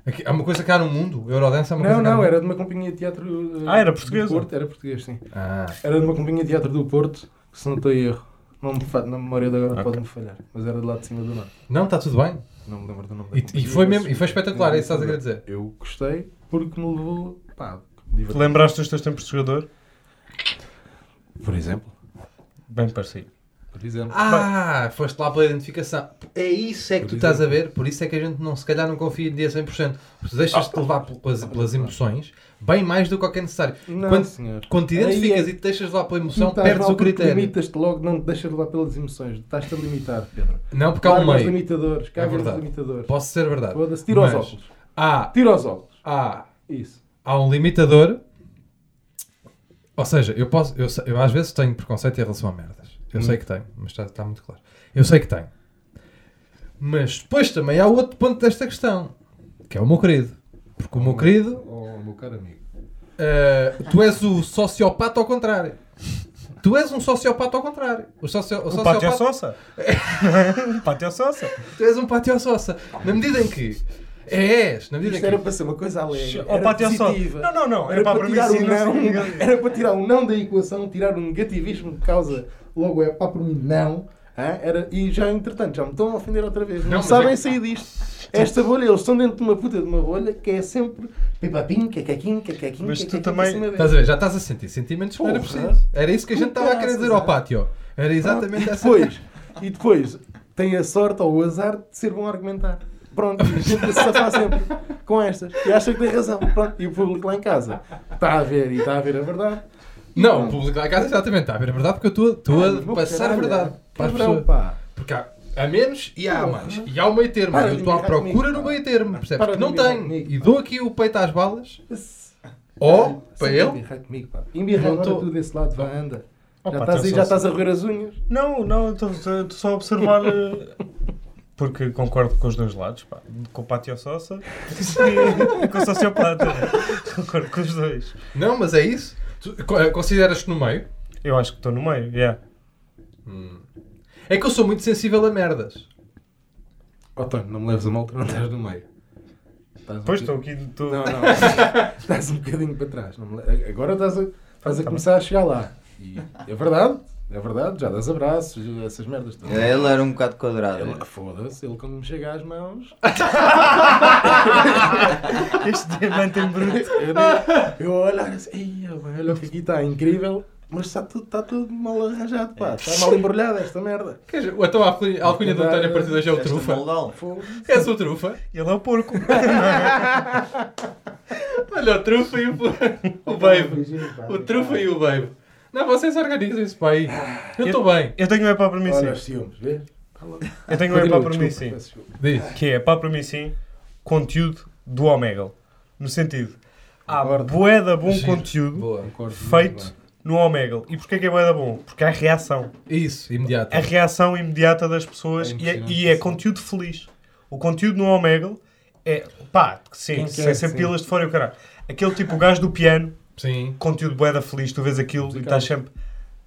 S3: Aqui- há uma coisa cá no mundo? O Eurodance é uma
S2: Não,
S3: coisa. cá
S2: não,
S3: no
S2: era de uma companhia de teatro. eh,
S4: Ah, era
S2: do
S4: portuguesa?
S2: Porto, era português, sim.
S3: mundo? Ah,
S2: Era de uma companhia de teatro do Porto, que se não estou em erro. Não me fa- na memória de agora pode-me falhar, mas era de lá de cima do norte.
S3: não, está tudo bem.
S2: Não me lembro do nome da
S3: E- E,
S2: companhia,
S3: foi
S2: mas-
S3: mesmo, e foi espetacular, é isso que estás a querer dizer.
S2: Eu gostei porque me levou. Pá,
S4: Te
S2: divertido.
S4: Lembraste dos teus tempos de jogador?
S2: Por exemplo.
S4: Bem parecido.
S2: Por exemplo.
S3: Ah, foste lá pela identificação. É isso é que
S2: Por
S3: tu estás a ver, por isso é que a gente não, se calhar não confia em dia 100%. Porque tu deixas-te levar pelas, pelas emoções bem mais do que o que é necessário.
S2: Não,
S3: quando,
S2: senhor.
S3: quando te identificas
S2: Aí é-
S3: e te deixas levar pela emoção,
S2: Não
S3: perdes o critério.
S2: Limitas-te logo, não te deixas levar pelas emoções. Estás-te a limitar, Pedro.
S3: Não, porque há um
S2: Larga os
S3: meio.
S2: limitadores, caga os
S3: verdade.
S2: limitadores.
S3: Posso ser verdade.
S2: Foda-se, tira os
S3: Mas
S2: óculos.
S3: Há,
S2: Tira os óculos.
S3: há,
S2: Isso.
S3: há um limitador. Ou seja, eu posso. Eu, sei- eu às vezes tenho preconceito em relação a merdas. Eu sei que tenho, mas está, está muito claro. Eu sei que tenho. Mas depois também há outro ponto desta questão, que é o meu querido. Porque o meu querido
S2: Oh, meu caro amigo.
S3: Uh, tu és o sociopata ao contrário. Tu és um sociopata ao contrário. O, socio, o
S4: O Pátio
S3: sociopata-
S4: Sossa. O Pátio é Sossa.
S3: Tu és um patio sossa. Na medida em que és, na medida
S2: Isto
S3: em
S2: era
S3: que.
S2: para ser uma coisa alegre.
S4: O
S2: era
S4: Pátio Sossa.
S2: positiva.
S4: Não, não, não.
S2: Era, para, tirar o
S4: permitir, não
S2: não,
S4: sei o que é.
S2: era para tirar o não da equação, tirar o negativismo que causa logo é pá por mim não. hã? Era, e já, entretanto, já me estão a ofender outra vez. Não,
S3: Não, mas
S2: sabem
S3: é-
S2: sair disto. Esta bolha, eles estão dentro de uma puta de uma bolha que é sempre pipapim, é cacaquim, cacaquim,
S4: Mas tu
S2: cacaquim,
S4: também-
S2: é em cima dele.
S3: Estás a ver? Já estás a sentir sentimentos que não era
S2: Porra.
S3: preciso. Era isso que a gente
S2: Tu
S3: estava a querer dizer ao
S2: caraças,
S3: pátio. Era exatamente
S2: Pronto,
S3: essa.
S2: e depois, e depois tem a sorte ou o azar de ser bom a argumentar. Pronto, a gente se safar sempre com estas. E acha que tem razão. Pronto, e o público lá em casa está a ver e está a ver a verdade.
S3: Não, o público lá em casa exatamente está a ver a verdade porque eu estou- estou
S2: Ah, mas
S3: a
S2: vou
S3: passar a
S2: caralho,
S3: verdade. para as
S2: Cabrão,
S3: pessoas.
S2: pá.
S3: Porque há, há menos e há mais. E há o meio termo.
S2: Para
S3: eu
S2: de
S3: estou à
S2: mirar
S3: procura
S2: comigo,
S3: do
S2: pá.
S3: meio termo, percebes?
S2: Para
S3: Porque
S2: de
S3: não
S2: mirar
S3: tenho.
S2: comigo,
S3: E
S2: pá.
S3: dou aqui o peito às balas.
S2: Sempre
S3: Ou, para ele,
S2: embirrar é comigo, pá. Embirra
S3: Não
S2: agora
S3: tô-
S2: tu desse lado, vá, anda.
S4: Oh,
S2: já
S4: pá,
S2: estás aí,
S4: atenção.
S2: já estás a roer as unhas.
S4: Não, não, estou- estou estou só a observar. eh, Porque concordo com os dois lados, pá. Com o Pátio Sossa e com o Sociopata. Concordo com os dois.
S3: Não, mas é isso. Tu co- eh, consideras-te no meio?
S4: Eu acho que estou no meio, yeah.
S3: É que eu sou muito sensível a merdas.
S2: Ó, Tony, Oh, não me leves a mal que não estás no meio. Estás um
S4: Pois
S2: bocadinho-
S4: estou aqui. Estou...
S2: Não, não. estás um bocadinho para trás. Não me le- Agora estás a,
S4: Tá
S2: estás a começar a chegar lá. E é verdade, é verdade. Já das abraços, essas merdas todas.
S4: É,
S5: Ele era um bocado quadrado.
S2: Ele- ah, Foda-se, ele quando me chega às mãos.
S4: Este diamante em bruto.
S2: Eu, nem- eu olho assim, "Ei, mano, olha o que aqui está, incrível. Mas está tudo, está tudo mal arranjado, pá. Está mal embrulhada esta merda.
S3: Quer dizer, então a alcunha, a alcunha do António a partir de hoje é o
S5: Esta
S3: Trufa.
S5: moldal.
S2: Foda-se.
S3: És o Trufa.
S4: Ele é o porco.
S3: Olha o Trufa e o, o Babe. O Trufa e o Babe. Não, vocês organizem-se, pai. Eu estou bem.
S4: Eu tenho um epá para mim
S2: Olha
S4: sim.
S2: os ciúmes, vê?
S4: Eu tenho um epá para mim sim.
S3: Diz.
S4: Que é epá para mim sim, conteúdo do Omegle. No sentido, há
S2: Concordo.
S4: boeda bom
S3: Giro.
S4: conteúdo
S3: Boa.
S4: feito no Omegle. E porquê que é bué da bom? Porque há reação.
S3: Isso, imediato.
S4: A reação imediata das pessoas
S3: É
S4: e, é,
S3: impressionante,
S4: e é
S3: sim.
S4: conteúdo feliz. O conteúdo no Omegle é pá, sim,
S2: Quem
S4: sem
S2: quer,
S4: ser
S2: sim.
S4: pilas de fora e o caralho. Aquele tipo, o gajo do piano,
S3: Sim.
S4: conteúdo bué da feliz, tu vês aquilo e
S2: Musical.
S4: estás sempre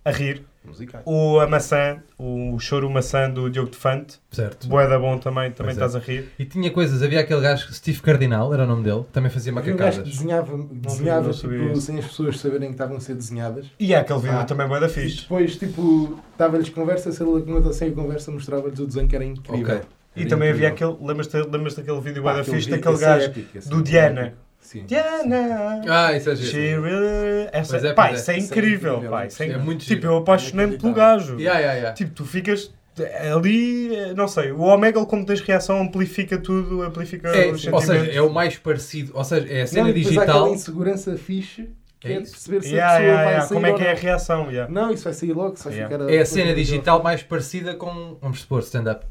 S4: a rir.
S2: Musical.
S4: O a maçã, o choro maçã do Diogo de Fante,
S3: Certo.
S4: bué da bom também, também
S3: Pois é.
S4: estás a rir.
S3: E tinha coisas, havia aquele gajo, Steve Cardinal, era o nome dele, que também fazia
S2: Havia um gajo que
S3: macacadas.
S2: desenhava, desenhava
S4: não sabia
S2: tipo,
S4: isso.
S2: sem as pessoas saberem que estavam a ser desenhadas.
S4: E há aquele vídeo
S2: Ah.
S4: também bué da
S2: E
S4: fixe.
S2: depois, tipo, dava-lhes conversa, se ele pergunta sem a conversa, mostrava-lhes o desenho que era incrível.
S3: Ok.
S4: E também havia
S3: incrível.
S4: aquele, lembras-te lembras daquele vídeo bué
S2: Pá,
S4: da
S2: aquele
S4: fixe,
S2: vídeo,
S4: daquele
S2: esse é
S4: gajo
S2: épico, esse
S4: do
S2: é muito
S4: Diana.
S2: épico. Sim.
S4: Diana!
S3: Ah, isso é
S4: She
S3: giro.
S4: really... Essa,
S3: Pois é,
S4: pá,
S3: pois é.
S4: isso é
S2: Isso é
S4: incrível,
S2: incrível,
S4: pá,
S2: isso
S4: isso é
S3: é
S4: incrível.
S3: muito
S4: Tipo,
S3: giro.
S4: eu apaixonei-me pelo gajo.
S3: Yeah, yeah, yeah.
S4: Tipo, tu ficas ali, eh, não sei, o Omega, como tens reação, amplifica tudo, amplifica
S3: É,
S4: os
S3: ou
S4: sentimentos.
S3: seja, é o mais parecido, ou seja, é a
S2: Não,
S3: cena
S2: e depois há aquela
S3: digital.
S2: insegurança fixe, que
S3: É
S2: é de
S3: isso.
S2: perceber se
S4: Yeah,
S2: a pessoa
S4: yeah,
S2: vai
S4: yeah,
S2: sair
S4: como é que é a
S2: ou
S4: reação, yeah.
S2: não. Não, isso vai sair logo, se vai
S4: Yeah.
S2: ficar...
S3: É a cena digital mais parecida com, vamos supor, stand-up.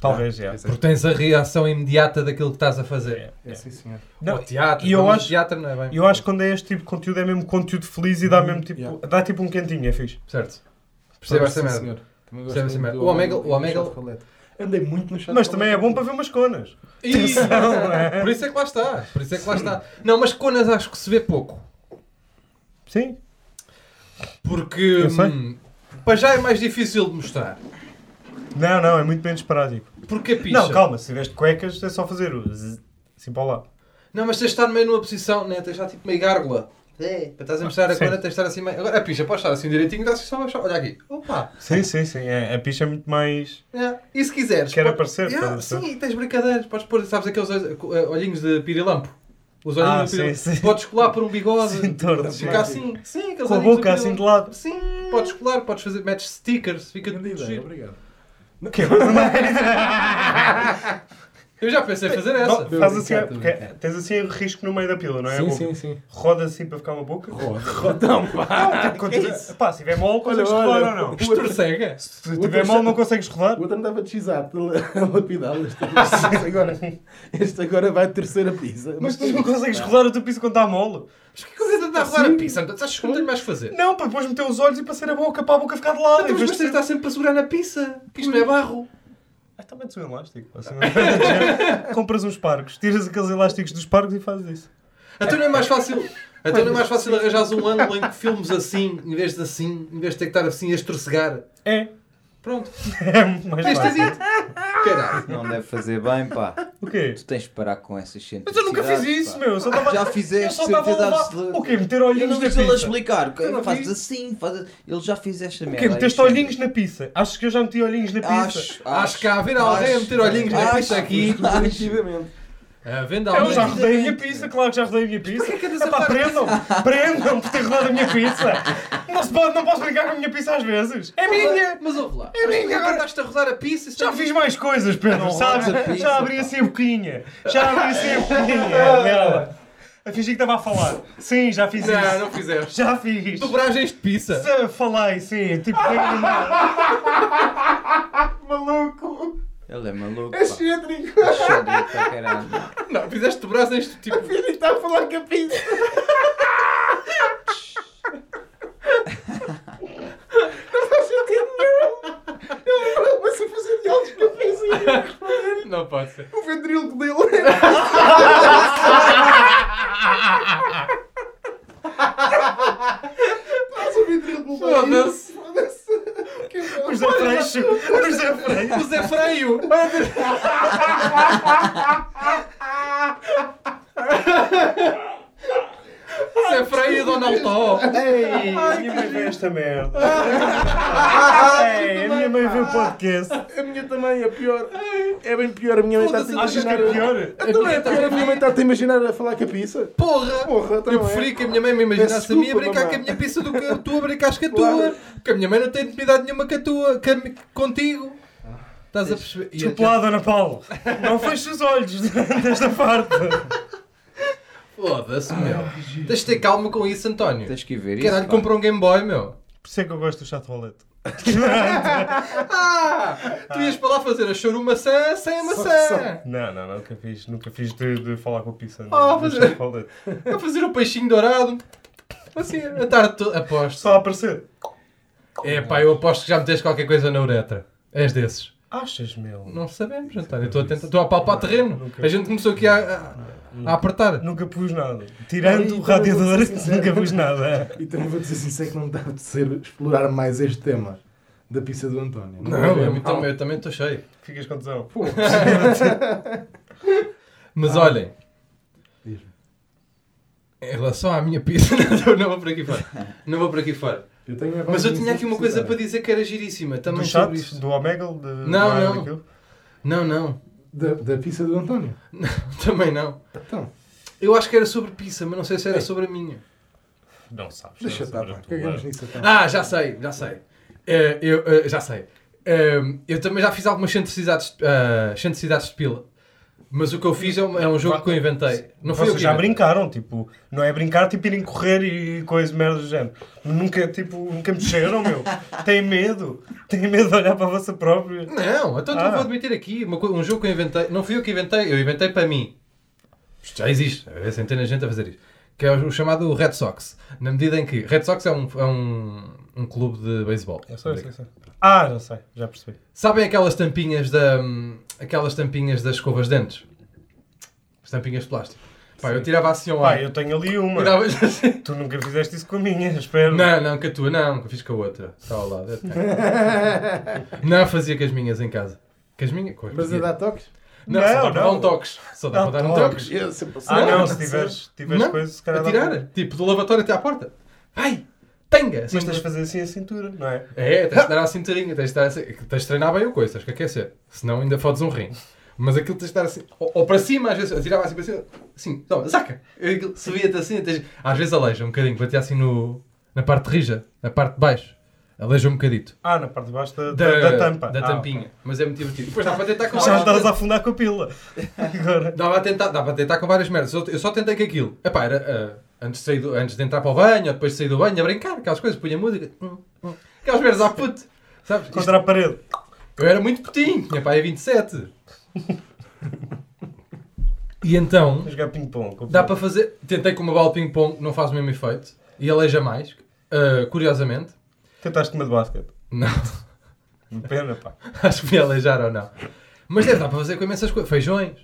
S4: talvez, yeah.
S3: Porque tens a reação imediata daquilo que estás a fazer.
S2: É, sim, senhor.
S4: Não,
S3: Ou teatro,
S4: e eu
S3: não,
S4: acho-
S3: teatro não é bem.
S4: E eu acho que quando é este tipo de conteúdo é mesmo conteúdo feliz e dá mesmo tipo,
S2: yeah.
S4: dá tipo um quentinho, é fixe.
S3: Certo. Percebo esta
S2: Sim,
S3: merda.
S2: senhor. Também
S3: Percebe
S2: gosto
S3: essa
S2: muito
S3: merda.
S2: do
S3: O Omega-
S2: e
S3: o
S2: do
S3: Omega-
S2: Chato Rolete. Andei muito no chat.
S4: Mas também é bom para ver umas conas.
S3: Isso! Por isso é que lá está. Por isso é que lá está. Não, mas conas acho que se vê pouco.
S4: Sim.
S3: Porque
S4: Eu sei.
S3: hum, para já é mais difícil de mostrar.
S4: Não, não, é muito menos prático.
S3: Porque a picha.
S4: Não, calma, se tiveres de cuecas é só fazer o zzz, assim para lá.
S3: Não, mas tens de estar meio numa posição, né? Tens de estar tipo meio gárgula. É. Para estás a mostrar a
S4: Sim.
S3: cona, tens de estar assim meio. Agora a picha pode estar assim direitinho, dá-se só baixar. Olha aqui. Opa!
S4: Sim, sim, sim. É, a picha é muito mais.
S3: É. E se quiseres.
S4: Quer
S3: pode-
S4: aparecer,
S3: Yeah,
S4: pode aparecer.
S3: Sim, e tens brincadeiras. Podes pôr, sabes, aqueles eh, olhinhos de pirilampo. Os olhinhos
S4: Ah,
S3: de pirilampo.
S4: sim, sim.
S3: Podes colar por um bigode.
S4: Sim, torto.
S3: Fica assim. Sim, aqueles
S4: Com a
S3: olhinhos de
S4: boca assim de
S3: pirilampo.
S4: lado.
S3: Sim, podes colar, podes fazer, metes stickers, fica
S2: Grande
S3: tudo
S2: ideia,
S3: giro.
S2: obrigado.
S4: Que é mais-
S3: Eu já pensei em fazer essa.
S4: Não, faz assim, porque tens assim o risco no meio da pila, não é? A
S2: Sim,
S4: boca.
S2: sim, sim.
S4: Roda assim para ficar uma boca.
S2: Rodão,
S4: Ah, tipo, quando tu- Pá, se tiver mal, consegues
S2: Olha, olha.
S4: rolar ou não?
S3: Estorcega.
S4: Se tiver mal, não consegues rolar?
S2: O outro andava de tipo x-ato a lapidá-lo. Este agora, este agora vai a terceira pizza.
S4: Mas tu não consegues rolar o teu piso quando está mole.
S3: Mas que coisa de arrolar a pizza? Então, Achas que não tenho mais que fazer?
S4: Não, para depois meter os olhos e passar a boca para a boca ficar de lado.
S3: Então,
S4: em
S3: mas
S4: vez
S3: você
S4: de ser-
S3: está sempre a segurar na pizza. Que isto não é barro.
S4: Ah, também um elástico. Assim, não é? Compras uns parques, tiras aqueles elásticos dos parques e fazes isso.
S3: Então não é mais fácil. Então não é mais fácil arranjares um ângulo em que filmes assim, em vez de assim, em vez de ter que estar assim a estorcegar.
S4: É,
S3: Pronto.
S4: é muito mais
S3: Tens
S4: fácil.
S3: trazido. Caralho.
S5: Não deve fazer bem, pá.
S4: O quê?
S5: Tu tens de parar com essas cenas.
S4: Mas eu nunca fiz isso, meu. Eu só estava.
S5: Já
S4: Eu
S5: fizeste,
S4: só estava a
S5: certeza
S4: levar.
S5: absoluta.
S4: O quê? Meter
S5: Eu
S4: olhinhos
S5: não
S4: na
S5: preciso ele
S4: pizza.
S5: explicar.
S4: Eu não
S5: Faz
S4: fiz.
S5: assim, faz... ele já fez esta
S4: O
S5: merda.
S4: quê?
S5: aí,
S4: Meteste
S5: chega.
S4: olhinhos na pizza. Achas que eu já meti olhinhos na pizza? é.
S5: Acho,
S3: Acho que há haver alguém a meter olhinhos na
S5: acho,
S3: pizza aqui.
S2: Definitivamente.
S3: A venda
S4: Eu já
S3: alguém.
S4: rodei a minha pizza, claro que já rodei a minha pizza.
S3: que é que andas
S4: é
S3: a
S4: pá,
S3: falar
S4: prendam prendam por ter rodado a minha pizza. Não, se pode, não posso brincar com a minha pizza às vezes. É minha!
S3: Mas ouve lá.
S4: É minha,
S3: Mas tu
S4: agora-
S3: Agora estás a rodar a pizza. isso
S4: Já fiz mais coisas, Pedro, sabes?
S5: rodas a pizza,
S4: Já abri assim a boquinha. Já abri assim a boquinha. Merda. A fingir que estava a falar. Sim, já fiz
S3: Não,
S4: isso.
S3: não fizeste.
S4: Já fiz.
S3: Dobragens de pizza.
S4: Se- Falei, sim. Tipo, peguei-
S2: Maluco!
S5: Ele é maluco, pá.
S2: É excêntrico!
S5: É xadrez pra caralho.
S3: Não, fizeste dobragens de tipo.
S2: Ele está a falar com a pizza! Não faz sentido nenhum! Ele vai se fazer diálogos com a pizza e eu responder.
S3: Não pode ser.
S2: O ventríloco dele era. Mas o ventríloco
S3: Foda-se.
S2: Foda-se! Que bom.
S4: Os afreixo. Os afreixo.
S3: O Zé Freio. Zé Freio e Donald Tó.
S4: Ei, a minha mãe vê esta merda. Ei, a minha mãe vê o podcast.
S2: A minha também é pior. É bem pior. A minha mãe está a te
S4: Achas que
S2: imaginar.
S4: é pior?
S2: Então não é pior. A minha mãe está a te imaginar a falar com a pizza.
S3: Porra!
S2: Porra, então
S3: eu
S2: não é.
S3: preferi que a minha mãe me imaginasse a mim a
S2: Desculpa,
S3: brincar
S2: mamãe.
S3: com a minha pizza do que a tua brincares com a
S2: Claro.
S3: tua. Porque a minha mãe não tem intimidade nenhuma com a tua, com a mi- contigo. Estás a perceber? E
S4: Desculpa lá, Dona Paula. Não feche os olhos desta parte.
S3: Foda-se, meu. Tens de ter calma com isso, António.
S5: Tens que ir ver isso.
S3: Caralho,
S5: pá.
S3: comprou um Game Boy, meu.
S4: Por isso é que eu gosto do chato rolete.
S3: Ah! Tu ias para lá fazer a chorar maçã sem a maçã.
S4: Não, não, não, nunca fiz. Nunca fiz de, de falar com o Pizza.
S3: Ah,
S4: do
S3: mas-
S4: chato rolete.
S3: A fazer o peixinho dourado. Assim, a tarde toda. Aposto.
S4: Só a aparecer.
S3: É pá, eu aposto que já meteste qualquer coisa na uretra. És desses.
S4: Achas, meu?
S3: Não sabemos, António. Eu Estou a tentar. Estou a palpar terreno. A gente começou aqui a, a, a apertar.
S4: Nunca pus nada. Tirando
S2: Ai,
S4: o radiador,
S2: eu vou ser sincero.
S4: nunca pus nada.
S2: E também vou dizer sincero que não me dá de ser explorar mais este tema da pizza do António.
S3: Não,
S2: é
S3: eu,
S2: mau.
S3: também- eu também estou cheio.
S4: Ficas com tesão.
S3: Mas olhem,
S2: Diz-me.
S3: em relação à minha pizza, não, não vou por aqui fora. Não vou por aqui fora.
S2: Eu tenho a
S3: Mas eu
S2: voz
S3: tinha
S2: de
S3: aqui uma coisa para
S2: necessidade.
S3: dizer que era giríssima. Também
S4: do
S3: sobre
S4: chat?
S3: isto.
S4: Do Omegle? De...
S3: Não,
S4: era
S3: não.
S4: daquilo?
S3: Não, não.
S2: Da, da pizza do António.
S3: Também não.
S2: Então,
S3: Eu acho que era sobre pizza, mas não sei se era sobre a minha.
S4: Não sabes.
S2: deixa
S4: não
S2: estar,
S4: sabes
S2: pá.
S4: tu,
S2: Cagamos
S4: é.
S2: nisso então.
S3: Ah, já sei, já sei. Eh, eu, eh, já sei. Eh, eu também já fiz algumas excentricidades, eh, excentricidades de pila. Mas o que eu fiz é um, é um jogo que eu inventei. Não foi
S4: Vocês
S3: eu que
S4: já
S3: inventei.
S4: brincaram, tipo, não é brincar, tipo, irem correr e coisa, merda do género. Nunca, tipo, nunca me chegaram, meu. Têm medo. Têm medo de olhar para a vossa própria.
S3: Não, então eu
S4: Ah.
S3: vou admitir aqui uma co- um jogo que eu inventei. Não fui eu que inventei, eu inventei para mim. Isto já existe, há centenas de gente a fazer isto. Que é o chamado Red Sox. Na medida em que Red Sox é um, é um, um clube de beisebol.
S4: Eu sei, eu sei, eu sei. Ah, já sei, já percebi.
S3: Sabem aquelas tampinhas da. hum, aquelas tampinhas das escovas de dentes? As tampinhas de plástico. Pá, eu tirava assim ao
S4: Pá,
S3: ar.
S4: eu tenho ali uma.
S3: Tirava assim.
S4: Tu nunca fizeste isso com a minha, espero.
S3: Não, não, com a tua, não, que eu fiz com a outra. Está ao lado. é de cá. não, fazia com as minhas em casa. Com as minhas? Com as
S2: Mas a
S3: minhas.
S2: dar toques?
S3: Não,
S4: Não,
S3: só dá para dar
S4: não.
S3: um toques. Só dá
S4: Dá
S3: para dar um
S4: toques.
S3: toques.
S2: Eu sempre
S4: Ah,
S3: Não,
S4: não, se tiveres, tiveres
S3: Não,
S4: coisa, se calhar.
S3: a
S4: dá
S3: tirar.
S4: para-
S3: Tipo, do lavatório até à porta. Vai! Tenga! Assim,
S4: Mas tens de fazer assim a cintura, não é?
S3: É, tens de dar a cinturinha, tens de, dar assim, tens de treinar bem o coisa, tens que aquecer. Senão ainda fodes um rim. Mas aquilo tens de dar assim, ou, ou para cima, às vezes, atirava assim para cima, assim, toma, saca! Eu aquilo Subia-te assim, tens- às vezes aleija um bocadinho, batia assim no, na parte rija, na parte de baixo. Aleija um bocadito.
S4: Ah, na parte de baixo da, da, da tampa.
S3: Da
S4: Ah,
S3: tampinha. Mas é muito divertido. Depois dá para tentar com
S4: ok. Já estás a afundar com a pila. Agora.
S3: Dava a tentar, dava a tentar com várias merdas. Eu, eu só tentei com aquilo. Epá, era ah, antes, de sair do- antes de entrar para o banho, ou depois de sair do banho, a brincar, aquelas coisas, punha música. hum, hum. Aquelas merdas à puto. Sabes? Isto-
S4: Contra a parede.
S3: eu era muito putinho, tinha pai 27. E então,
S4: A jogar ping-pong. com a
S3: dá para
S4: pila.
S3: fazer. Tentei com uma bola de ping-pong, não faz o mesmo efeito. E aleija mais, ah, curiosamente.
S4: Tentaste uma de basquete.
S3: Não,
S4: Pena, pá.
S3: acho que me ia aleijar ou não. Mas deve dar para fazer com imensas coisas. Feijões.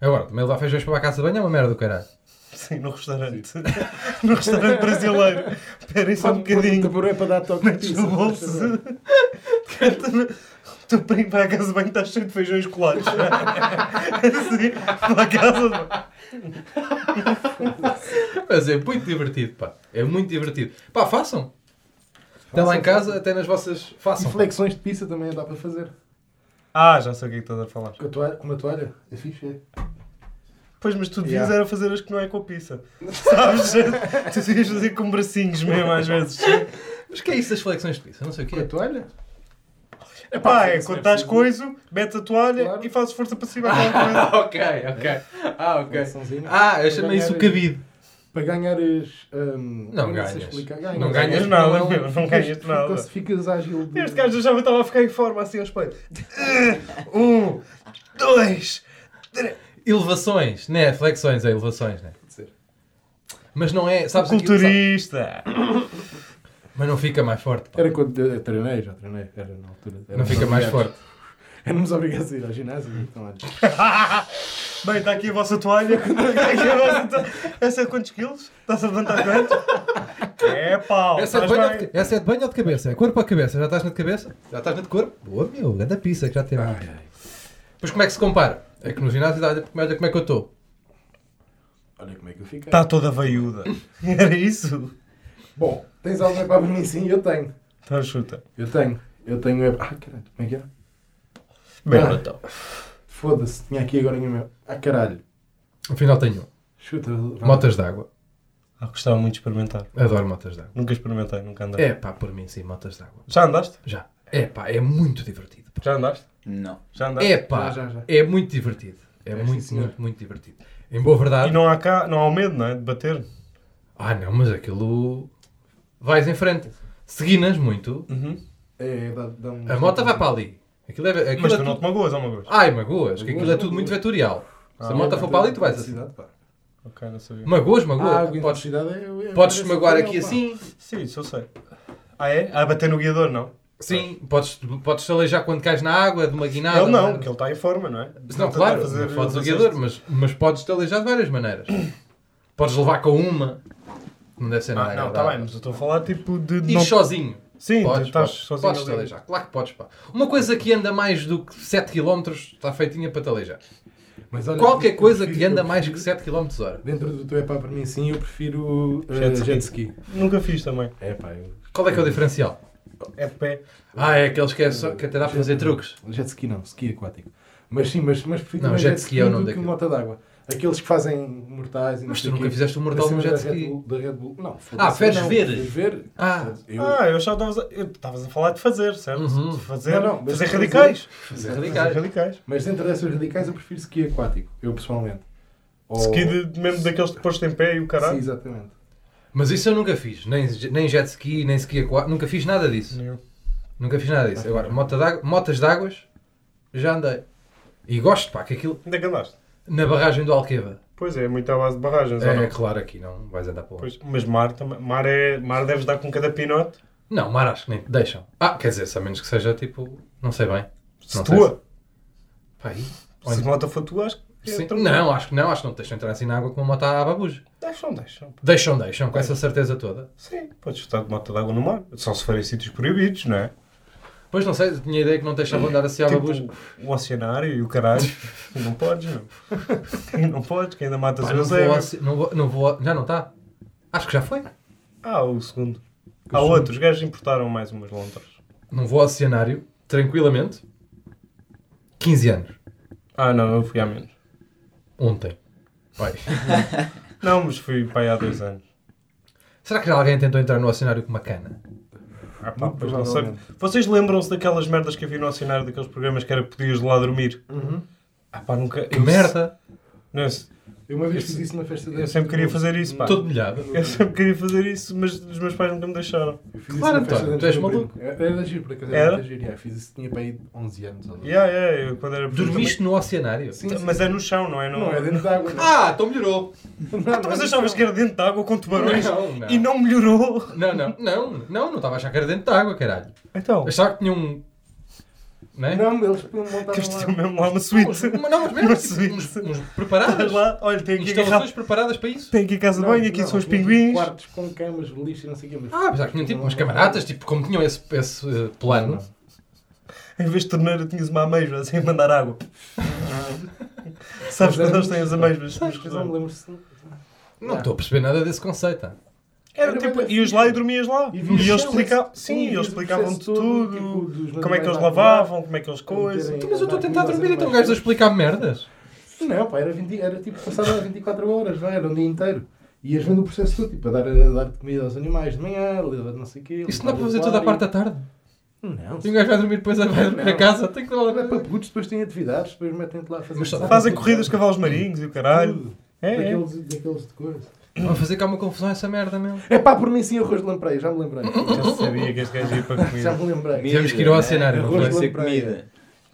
S3: Agora, também levar feijões para a casa de banho é uma merda do caralho.
S4: Sim, no restaurante. no restaurante brasileiro. Esperem só um
S2: Um
S4: bocadinho.
S2: taburé para dar toques na
S4: Metes
S2: pizza.
S4: no bolso. O teu primo vai à casa de banho e estás cheio de feijões colados. assim, para a casa de banho.
S3: Mas é muito divertido, pá. É muito divertido. Pá, façam. Até lá em casa, até nas vossas.
S2: E
S3: Façam.
S2: flexões de pizza também dá para fazer.
S4: Ah, já sei o que é que estás a falar.
S2: Com, a toalha, com uma toalha? É fixe, é.
S4: Pois, mas tu devias
S2: Yeah.
S4: era fazer as que não é com a pizza. Sabes? tu devias fazer com bracinhos mesmo, às vezes.
S3: Mas que é isso das flexões de pizza? Não sei o que
S2: Com a
S3: é.
S2: toalha?
S4: Epá, é quando estás coiso, metes a toalha
S2: Claro.
S4: e fazes força para cima. Ah,
S3: ok, ok. Ah, ok.
S2: Flexãozinha.
S3: Ah, eu chamei isso o cabide.
S2: Para ganhares. hum,
S3: Não
S2: eu sei
S3: ganhas.
S2: explicar.
S3: Não ganhas
S4: ganhas nada,
S3: não-
S4: meu. Não ganhas nada.
S2: Ficas, ficas ágil. de-
S4: Este gajo já estava a ficar em forma assim ao espelho. Um, dois.
S3: Elevações, né? Flexões é elevações, né?
S2: Pode ser.
S3: Mas não é. Sabes aquilo, sabe?
S4: Culturista.
S3: Mas não fica mais forte. pá.
S2: Era quando eu treinei, já treinei. Era na altura.
S3: Não fica mais forte.
S2: Éramos obrigados a ir ao ginásio. Então, olha.
S4: Bem, está aqui a vossa toalha. Está aqui a vossa toalha. Essa é quantos quilos? Estás a levantar quanto? É pau.
S3: Essa é, de
S4: estás
S3: banho ou de
S4: bem?
S3: ca- essa é de banho ou de cabeça? É corpo ou cabeça? Já estás na de cabeça? Já estás na de corpo? Boa, meu. Grande pizza que já temos. Pois como é que se compara? É que no ginásio, olha olha como é que eu estou.
S2: Olha como é que eu fiquei.
S4: Está toda veiuda. Era isso?
S2: Bom, tens alguma para mim? Sim, eu tenho.
S4: Então chuta.
S2: Eu tenho. Eu tenho. é- Ah, caralho, como é que era?
S4: Bem,
S2: Ah.
S4: então.
S2: Foda-se, tinha aqui agora em meu. Ah, caralho.
S3: Afinal tenho um.
S2: Chuta. vá.
S3: motas d'água.
S4: Ah, gostava muito de experimentar.
S3: Adoro motas d'água.
S4: Nunca experimentei, nunca andei.
S3: É pá, por mim sim, motas d'água.
S4: Já andaste?
S3: Já. É pá, é muito divertido. pá.
S4: Já andaste?
S5: Não.
S4: Já andaste?
S3: É pá,
S2: Já, já, já.
S3: é muito divertido. É,
S2: sim,
S3: muito,
S2: senhor.
S3: muito, muito divertido. Em boa verdade.
S4: E não há, cá, não há o medo, não é? De bater?
S3: Ah não, mas aquilo. Vais em frente. Seguinas muito,
S2: É, dá, dá um...
S3: a moto vai para ali. Aquilo é. Aquilo
S4: Mas
S3: é
S4: tu não
S3: tudo...
S4: te magoas, ou magoas?
S3: Ai, magoas, que aquilo é
S2: Magoas,
S3: tudo muito
S2: magoas.
S3: vetorial. Se a
S4: Ah,
S3: moto for para ali, tu vais assim.
S2: Cidade, é pá.
S4: Ok, não sabia.
S3: Magoas,
S2: Ah, a
S3: magoa.
S2: água
S3: podes
S2: intensidade é- é-
S3: podes
S2: parece
S3: te magoar
S2: papel,
S3: aqui
S2: pá.
S3: assim.
S4: Sim, isso eu sei. Ah, é? Ah, bater no guiador, não?
S3: Sim, podes, podes te aleijar quando cais na água de uma guinada.
S4: ele não,
S3: né?
S4: que ele está em forma, não é?
S3: Não,
S4: Está a
S3: claro,
S4: fazer-
S3: não fodes o
S4: fazer-
S3: guiador, mas, mas podes te aleijar de várias maneiras. Podes levar com uma. Não deve ser nada.
S4: Ah, não, está
S3: agradável.
S4: bem, mas eu estou a falar tipo de.
S3: Ir
S4: não-
S3: sozinho.
S4: Sim,
S3: podes,
S4: tu estás
S3: podes,
S4: sozinho.
S3: podes te
S4: ali.
S3: aleijar. Claro que podes, pá. Uma coisa que anda mais do que 7 km está feitinha para te aleijar.
S2: Mas olha,
S3: Qualquer
S2: eu
S3: coisa
S2: prefiro-
S3: que
S4: um
S3: anda
S2: eu
S3: mais que
S2: prefiro-
S3: 7 km hora.
S2: Dentro do teu epá para mim sim, eu prefiro eh,
S4: Jet ski.
S2: jet ski.
S4: Nunca fiz também.
S2: É pá, eu...
S3: Qual é que é o diferencial?
S4: É de pé.
S3: Ah, é aqueles que, é só, que até dá para fazer truques.
S2: jet ski não, ski aquático. Mas sim, mas, mas prefiro
S3: Não,
S2: também
S3: jet ski é o nome
S2: do que
S3: daquilo.
S2: mota d'água. Aqueles que fazem mortais e não
S3: Mas tu
S2: sei o
S3: nunca
S2: quê.
S3: fizeste um mortal
S4: é
S2: Acima
S3: num jet
S2: da Red
S3: ski.
S2: Bull- Da Red Bull. Não,
S3: Ah,
S2: foda-se,
S3: fez
S2: não.
S3: ver.
S2: Fez ver.
S3: Ah.
S2: Eu-
S4: Ah, eu já estava. Eu estavas a falar de fazer, certo?
S3: Uhum.
S4: De fazer,
S2: Não, não, mas
S4: fazer
S2: fazer-
S4: radicais.
S3: Fazer
S4: Fazer
S3: radicais.
S4: radicais.
S2: Mas dentro dessas radicais eu prefiro ski aquático, eu pessoalmente. Ou-
S4: Ski de, mesmo daqueles que posto em pé e o
S2: Sim,
S4: caralho.
S2: exatamente.
S3: Mas isso eu nunca fiz. Nem, nem jet ski, nem ski aquático. Nunca fiz nada disso.
S4: Nenhum.
S3: Nunca fiz nada disso. Agora, mota d'água- motas d'águas, já andei. E gosto, pá, que aquilo
S4: Onde é que andaste?
S3: na barragem do Alqueva.
S4: Pois é, muito à base de barragens, ou
S3: É
S4: não?
S3: claro, aqui não vais andar para lá.
S4: Pois, mas mar também. Mar, é, mar deves dar com cada pinote.
S3: Não, mar acho que nem te deixam. Ah, quer dizer, se a menos que seja tipo, não sei bem.
S4: Se
S3: Não sei
S4: tua.
S3: Pá, aí. então,
S4: Se a moto for tua, acho que. é
S3: Sim.
S4: tranquilo.
S3: Não, acho que não, acho que não te deixam entrar assim na água com uma moto à babuja.
S4: Deixam, deixam. pá.
S3: Deixam, deixam, com essa
S4: É.
S3: certeza toda.
S4: um, Sim, podes estar de moto de água no mar. Só se forem sítios proibidos, não é?
S3: Pois não sei, tinha a ideia que não te deixavam andar assim à babuja.
S4: Tipo, o oceanário e o caralho. não podes, não. não podes, que ainda matas
S3: Pá,
S4: o
S3: não, vou,
S4: Eusébio.
S3: ao ci- não, vou, não vou ao- Já não está? Acho que já foi.
S4: Ah, o segundo. Há outros, os gajos importaram mais umas lontras.
S3: Não vou ao cenário, tranquilamente. 15 anos.
S4: Ah, não, eu fui há menos.
S3: Ontem. Vai.
S4: Não, mas fui para aí há dois anos.
S3: Será que já alguém tentou entrar no oceanário com uma cana?
S4: Ah, pá,
S2: Muito
S4: pois não sei.
S2: provavelmente.
S4: Vocês lembram-se daquelas merdas que havia no oceanário, daqueles programas que era podias lá dormir? Ah, pá, nunca.
S3: Que
S4: eu-
S3: merda!
S4: Não, eu,
S2: Eu uma vez fiz isso na festa da
S4: eu sempre queria fazer isso, pá.
S3: Todo molhado.
S4: Eu sempre queria fazer isso, mas os meus pais nunca me deixaram.
S2: Eu fiz isso
S3: Claro,
S2: na festa
S3: António,
S2: de
S3: tu és
S2: António
S3: maluco.
S2: Primo. Era era giro, por acaso.
S4: Era?
S2: Era? muito giro, yeah, Fiz isso, tinha para aí 11 anos. ou
S4: Yeah, yeah, eu quando era pequeno
S3: Dormiste no oceanário?
S2: Sim,
S4: também-
S2: sim.
S4: Mas é no chão, não é?
S2: Não é dentro de água. não.
S3: Ah, então melhorou.
S4: Ah, tu mas achavas que era dentro de água com tubarões
S3: Não, não.
S4: e não melhorou.
S3: Não, não, não, não, não estava a achar que era dentro da água, caralho.
S4: Então,
S3: Achava que tinha um. Não é?
S2: Não, eles montaram
S4: tens de
S2: lá.
S4: ter mesmo lá uma
S3: Não, uns-
S4: suíte.
S3: mas não, mas mesmo
S4: Uma
S3: tipo,
S4: suíte.
S3: uns, uns
S4: Estás
S3: preparadas.
S4: lá, olha, tem aqui a garrafa.
S3: Instalações preparadas para isso.
S4: Tem aqui a casa de
S2: é Não,
S4: banho, aqui
S2: não, é tipo
S4: são os
S2: tinha
S4: pinguins.
S2: Quartos com camas, lixo e não sei o quê. mas-
S3: Ah, apesar que tinham tipo umas camaradas, tipo, como tinham esse, esse eh, plano.
S4: Em vez de torneira, tinhas uma ameixa assim a mandar água.
S2: Ah,
S4: Sabes quando eles têm as ameixas?
S2: Mas
S4: nos
S2: não me
S4: restaurantes?
S2: lembro se.
S3: Não estou a perceber nada desse conceito. ah.
S4: Era tipo, ias lá e dormias lá. Ah, E,
S2: E vias
S4: eles
S2: chão, assim,
S4: explicavam,
S2: esse-
S4: sim,
S2: sim,
S4: eles
S2: vias o
S4: explicavam-te
S2: processo todo,
S4: tudo.
S2: tipo, dos
S4: como é que
S2: materiais
S4: eles
S2: lá.
S4: lavavam, como é que eles coisas.
S2: Meterem-
S3: Mas eu estou a tentar dormir e estão gajos a explicar merdas.
S2: Não, pá, era, 20, era tipo passava 24 horas, vai, era um dia inteiro. Ias vendo o processo todo, tipo, a dar, a dar comida aos animais de manhã, a dar não sei o quê.
S3: Isso
S2: limpar
S3: não dá para
S2: o
S3: fazer toda a parte
S2: aquário.
S3: da tarde.
S2: Não,
S3: E um gajo vai dormir depois, vai dormir a casa. Tem que dar
S2: Agora é para
S3: lá.
S2: putos, depois têm atividades, depois metem-te lá a fazer.
S3: Mas só dá
S4: Fazem corridas de cavalos marinhos e o caralho.
S2: Tudo.
S4: É, é.
S2: Hum, Daqueles, daqueles de coisa.
S3: Vão fazer cá uma confusão essa merda mesmo.
S2: É pá, por mim sim, arroz de lampreia, já me lembrei.
S4: Já se sabia que este gajo ia para
S2: Já
S4: comer.
S2: me lembrei.
S3: Tivemos que ir ao cenário, não
S2: Arroz
S3: foi?
S2: de
S5: ser
S2: lampreia.
S5: comida.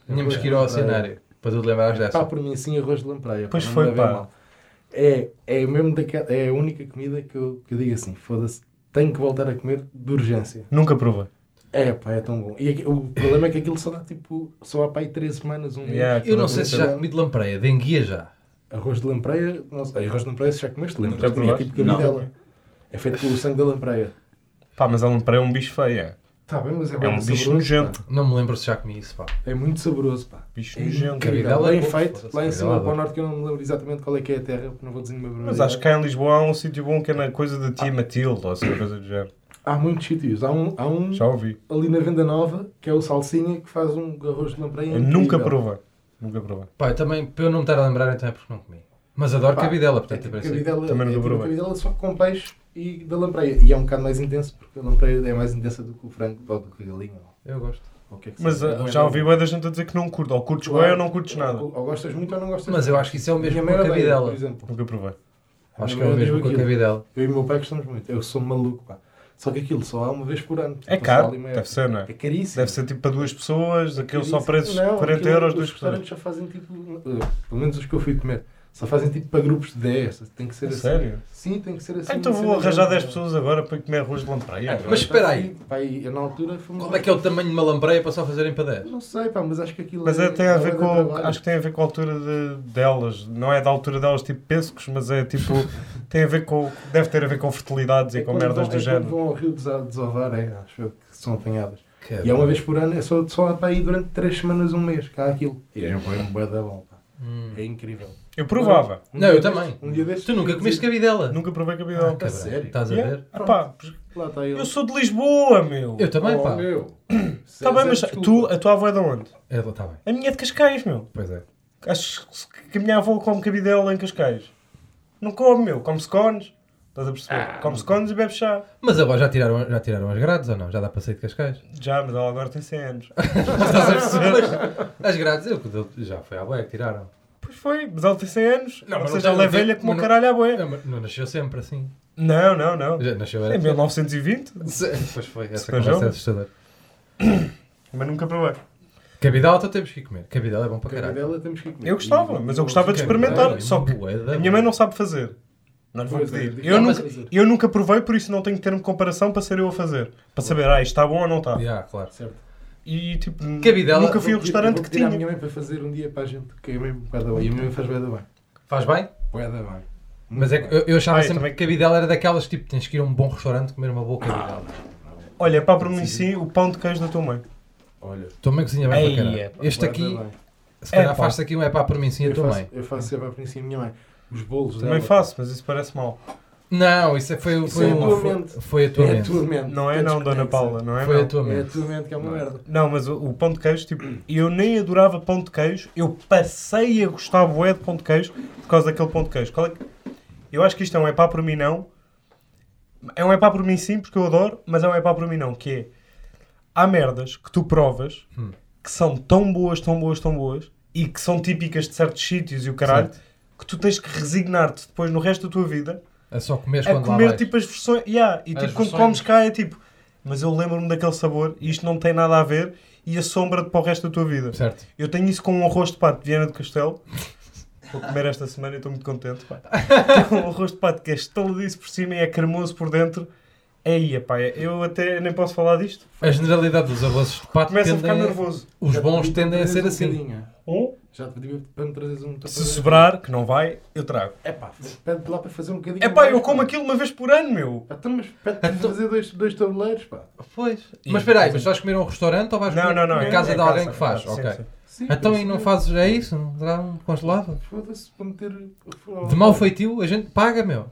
S3: Tínhamos que ir ao cenário para tu te lembrares
S2: Pá,
S3: dessa.
S2: por mim sim, arroz de lampreia.
S4: Pois
S2: não
S4: foi,
S2: me levem
S4: pá.
S2: mal. É, é mesmo daquela, é a única comida que eu, que eu digo assim, foda-se, tenho que voltar a comer de urgência.
S4: Nunca provei.
S2: É, pá, é tão bom. E aqui- o problema é que aquilo só dá tipo, só há pá aí 3 semanas, um mês.
S4: Yeah,
S3: Eu não
S4: aquilo
S3: sei se já comi de lampreia, de enguia já.
S2: Arroz de lampreia, não sei, arroz de lampreia se já comeste, lembras?
S4: Já provaste?
S2: É tipo cabidela. É feito com o sangue da lampreia.
S4: Pá, mas a lampreia é um bicho feio, é.
S2: Tá bem, mas é,
S4: É
S2: bem
S4: um bicho
S2: saboroso,
S4: nojento.
S2: pá.
S3: Não me lembro se já comi isso, pá.
S2: É muito saboroso, pá.
S4: Bicho
S2: É
S4: nojento.
S3: incrível.
S2: incrível. Bem
S3: Cabidela é bom,
S2: feito,
S3: foda-se,
S2: lá em cima
S3: cabidela é
S2: para o
S3: bom.
S2: norte que eu não me lembro exatamente qual é que é a terra, porque não vou dizer nenhuma
S4: Mas
S2: barbaridade.
S4: acho que cá em Lisboa há um sítio bom que é na coisa da tia Matilde ou assim, coisa do género.
S2: Há muitos sítios. Há um, há um
S4: Já ouvi.
S2: ali na Venda Nova, que é o Salsinha, que faz um arroz de lampreia.
S4: Eu nunca
S2: incrível.
S4: provei. Nunca provei.
S3: Pá, eu também, para eu não me estar a lembrar, então é porque não comi. Mas adoro
S2: Pá,
S3: cabidela,
S2: É
S3: portanto,
S2: tipo
S3: é para isso.
S2: cabidela,
S4: Também
S2: é
S4: nunca
S2: tipo
S4: provei.
S2: cabidela só com peixe e da lampreia. E é um bocado mais intenso, porque a lampreia é mais intensa do que o frango ou do que a galinha. ou-
S3: Eu gosto.
S2: ou o que é que
S4: Mas
S2: seja.
S4: ah,
S2: Não é
S4: já
S2: bom.
S4: ouvi bem da gente a dizer que não curto. Ou curtes bem ou não curtes nada.
S2: Ou, ou gostas muito ou não gostas
S3: Mas eu acho que isso é o
S2: muito.
S3: mesmo
S2: Minha
S3: com a
S2: mãe odeia,
S3: cabidela.
S2: Por exemplo.
S4: Nunca provei.
S2: Tipo,
S3: Acho que
S2: Minha
S3: é o
S2: mãe
S3: mesmo
S2: odeia
S3: com a
S2: aquilo.
S3: cabidela.
S2: Eu e o meu pai gostamos muito. Eu sou maluco, pá. Só que aquilo só há uma vez por ano.
S4: É
S2: Então, só há
S4: caro.
S2: ali meia-
S4: Deve ser, não é?
S2: É caríssimo.
S4: Deve ser tipo para duas pessoas, aquele só
S2: Isso-
S4: preços
S2: não,
S4: 40
S2: aquilo- é
S4: euros,
S2: Os
S4: duas pessoas.
S2: restaurantes já fazem tipo. uh, Pelo Eh, menos os que eu fui comer. Só fazem tipo para grupos de 10. Tem que ser
S4: A
S2: assim.
S4: sério?
S2: Sim, tem que ser assim.
S4: Ah, então
S2: uma
S4: vou
S2: cena
S4: arranjar
S2: grande.
S4: 10 pessoas agora para comer arroz de
S2: É,
S4: lampreia. é?
S3: Mas espera aí,
S2: Pá, e eu na altura foi
S3: qual é que é o tamanho de uma lampreia para só fazerem para 10?
S2: Não sei, pá, mas acho que aquilo.
S4: Mas é, tem a ver com. Acho que
S2: que
S4: tem a ver com a altura de- delas. Não é da altura delas tipo pescos, mas é tipo. tem a ver com. Deve ter a ver com
S3: É
S4: fertilidades e com merdas do género.
S2: vão ao rio desa- desovar, é, acho eu que são apanhadas. E é uma vez por ano, é só, só há para aí durante 3 semanas, um mês, cá aquilo. E é um bué da bom, pá.
S3: Hum.
S2: É incrível.
S4: Eu provava.
S2: Um
S3: Não, eu
S2: dia
S3: também.
S2: deste- Um dia deste.
S3: Tu nunca comeste cabidela?
S4: Nunca provei cabidela.
S3: Ah, cabrão,
S2: sério?
S3: Estás a
S4: é Yeah.
S3: ver?
S4: Ah, pá,
S2: Lá está ele.
S4: eu sou de Lisboa, meu.
S3: Eu também,
S2: Oh,
S3: pá.
S2: meu.
S4: Tá bem, mas
S2: Desculpa.
S4: tu, a tua avó é de onde?
S3: Ela está tá bem.
S4: A minha é de Cascais, meu.
S3: Pois é.
S4: Acho que a minha avó come cabidela em Cascais. Não come, meu. Come-se cones. Estás a perceber?
S3: Ah.
S4: come-se cones e bebe chá.
S3: Mas agora já tiraram, já tiraram as grades ou não? Já dá para sair de Cascais?
S4: Já, mas ela agora tem 100 anos.
S3: Estás a perceber? Mas As grades, eu, já foi à boia que tiraram.
S4: Pois foi, mas ela tem 100 anos.
S3: Não,
S4: Ou
S3: mas
S4: seja,
S3: não tem-
S4: ela é
S3: não tem-
S4: velha como o
S3: não-
S4: caralho à boia.
S3: Não, É, mas não nasceu sempre assim.
S4: Não, não, não. É
S3: Já nasceu
S4: Em
S2: É
S3: era.
S4: 1920,
S3: Pois foi, essa
S4: Pois
S3: conversa
S4: não.
S3: é assustadora.
S4: mas nunca provei.
S3: Cabidela então temos que ir comer. Cabidela é bom para caralho.
S2: Cabidela temos que comer.
S4: Eu gostava,
S2: E-
S4: mas eu gostava de
S3: Cabidela
S4: experimentar.
S3: é
S4: Só que
S3: bué da
S4: a minha mãe
S3: boa.
S4: não sabe fazer. Não lhe vou
S2: Pois é,
S4: pedir.
S2: é
S4: Eu
S2: difícil
S4: nunca,
S2: fazer.
S4: eu nunca provei, por isso não tenho termo de comparação para ser eu a fazer. Para saber, ah, isto está bom ou não está.
S3: Yeah, claro.
S2: Certo.
S4: E tipo,
S3: Cabidela-
S4: nunca fui ao
S2: Vou-
S4: restaurante
S2: vou
S4: que
S2: pedir à
S4: tinha.
S2: minha mãe para fazer um dia para a gente, que é mesmo bué da bem. E a minha mãe faz bué da bem.
S3: Faz bem?
S2: Bué da bem.
S3: Mas é que eu, eu achava
S4: Ah, eu
S3: sempre
S4: também-
S3: que cabidela era daquelas tipo, tens que ir a um bom restaurante comer uma boa
S4: Ah,
S3: cabidela.
S4: Olha, é pá, para mim sim, o pão de queijo da tua mãe.
S2: Olha,
S3: Tua mãe cozinha bem
S4: Ei,
S3: para caralho.
S4: é pá,
S3: Este
S2: bué da
S3: aqui,
S2: bem.
S3: se calhar
S4: É pá.
S3: faz-se aqui um é pá por mim sim a
S2: eu
S3: tua
S2: faço,
S3: mãe.
S2: Eu faço sempre a princípio a minha mãe. Os bolos
S4: Também
S2: dela.
S4: faço, mas isso parece mal.
S3: Não, isso é- foi,
S2: Isso
S3: foi,
S2: é a tua
S3: foi,
S2: mente.
S3: foi a tua
S2: É a
S3: mente.
S2: tua mente.
S4: Não é não,
S2: Desconecta.
S4: Dona Paula, não é
S3: Foi a
S4: não.
S3: tua
S2: É a
S3: mente.
S2: tua mente que é uma merda.
S4: Não, mas o, o pão de queijo, tipo, eu nem adorava pão de queijo, eu passei a gostar bué de pão de queijo por causa daquele pão de queijo. Qual é que- Eu acho que isto é um epá por mim não, é um epá por mim sim, porque eu adoro, mas é um epá por mim não, que é, há merdas que tu provas que são tão boas, tão boas, tão boas, e que são típicas de certos sítios e o caralho, que tu tens que resignar-te depois no resto da tua vida
S3: É só comer
S4: a
S3: quando lá
S4: comer
S3: vais.
S4: tipo as versões. Yeah, e
S3: As
S4: tipo, quando
S3: versões.
S4: comes cá é tipo, mas eu lembro-me daquele sabor e isto não tem nada a ver e assombra-te para o resto da tua vida.
S3: Certo.
S4: Eu tenho isso com um arroz de pato de Viana do Castelo. Vou comer esta semana e estou muito contente. Pá. Tem um arroz de pato que é estaladiço por cima e é cremoso por dentro. Aí, pá, eu até nem posso falar disto.
S3: A generalidade dos arrozes de pato
S4: Começo a
S3: tendem
S4: ficar
S3: a...
S4: nervoso.
S3: Os
S2: Já te
S3: bons
S2: pedi
S3: tendem a
S2: para
S3: ser
S2: trazeres um
S3: assim.
S2: bocadinho.
S4: Ou,
S2: Já te pedi para me trazeres um.
S4: se sobrar, que não vai, eu trago.
S2: É pá, pede lá para fazer um bocadinho.
S4: É pá, eu
S2: mais,
S4: como aquilo uma vez por ano, meu.
S2: Então, mas pede para
S3: Então-
S2: fazer dois, dois tabuleiros, pá.
S3: Pois. Mas espera aí, mas vais comer a um restaurante ou vais
S4: Não,
S3: comer
S4: não, não.
S3: na
S4: é-
S3: casa
S4: é
S3: de alguém
S4: casa,
S3: que faz?
S4: é casa,
S3: ok.
S4: sim, sim.
S2: Sim,
S3: Então
S2: pá,
S3: e não
S2: sim.
S3: fazes, é isso? Não Dá um congelado?
S2: Foda-se para meter.
S3: De mau feitio, a gente paga, meu.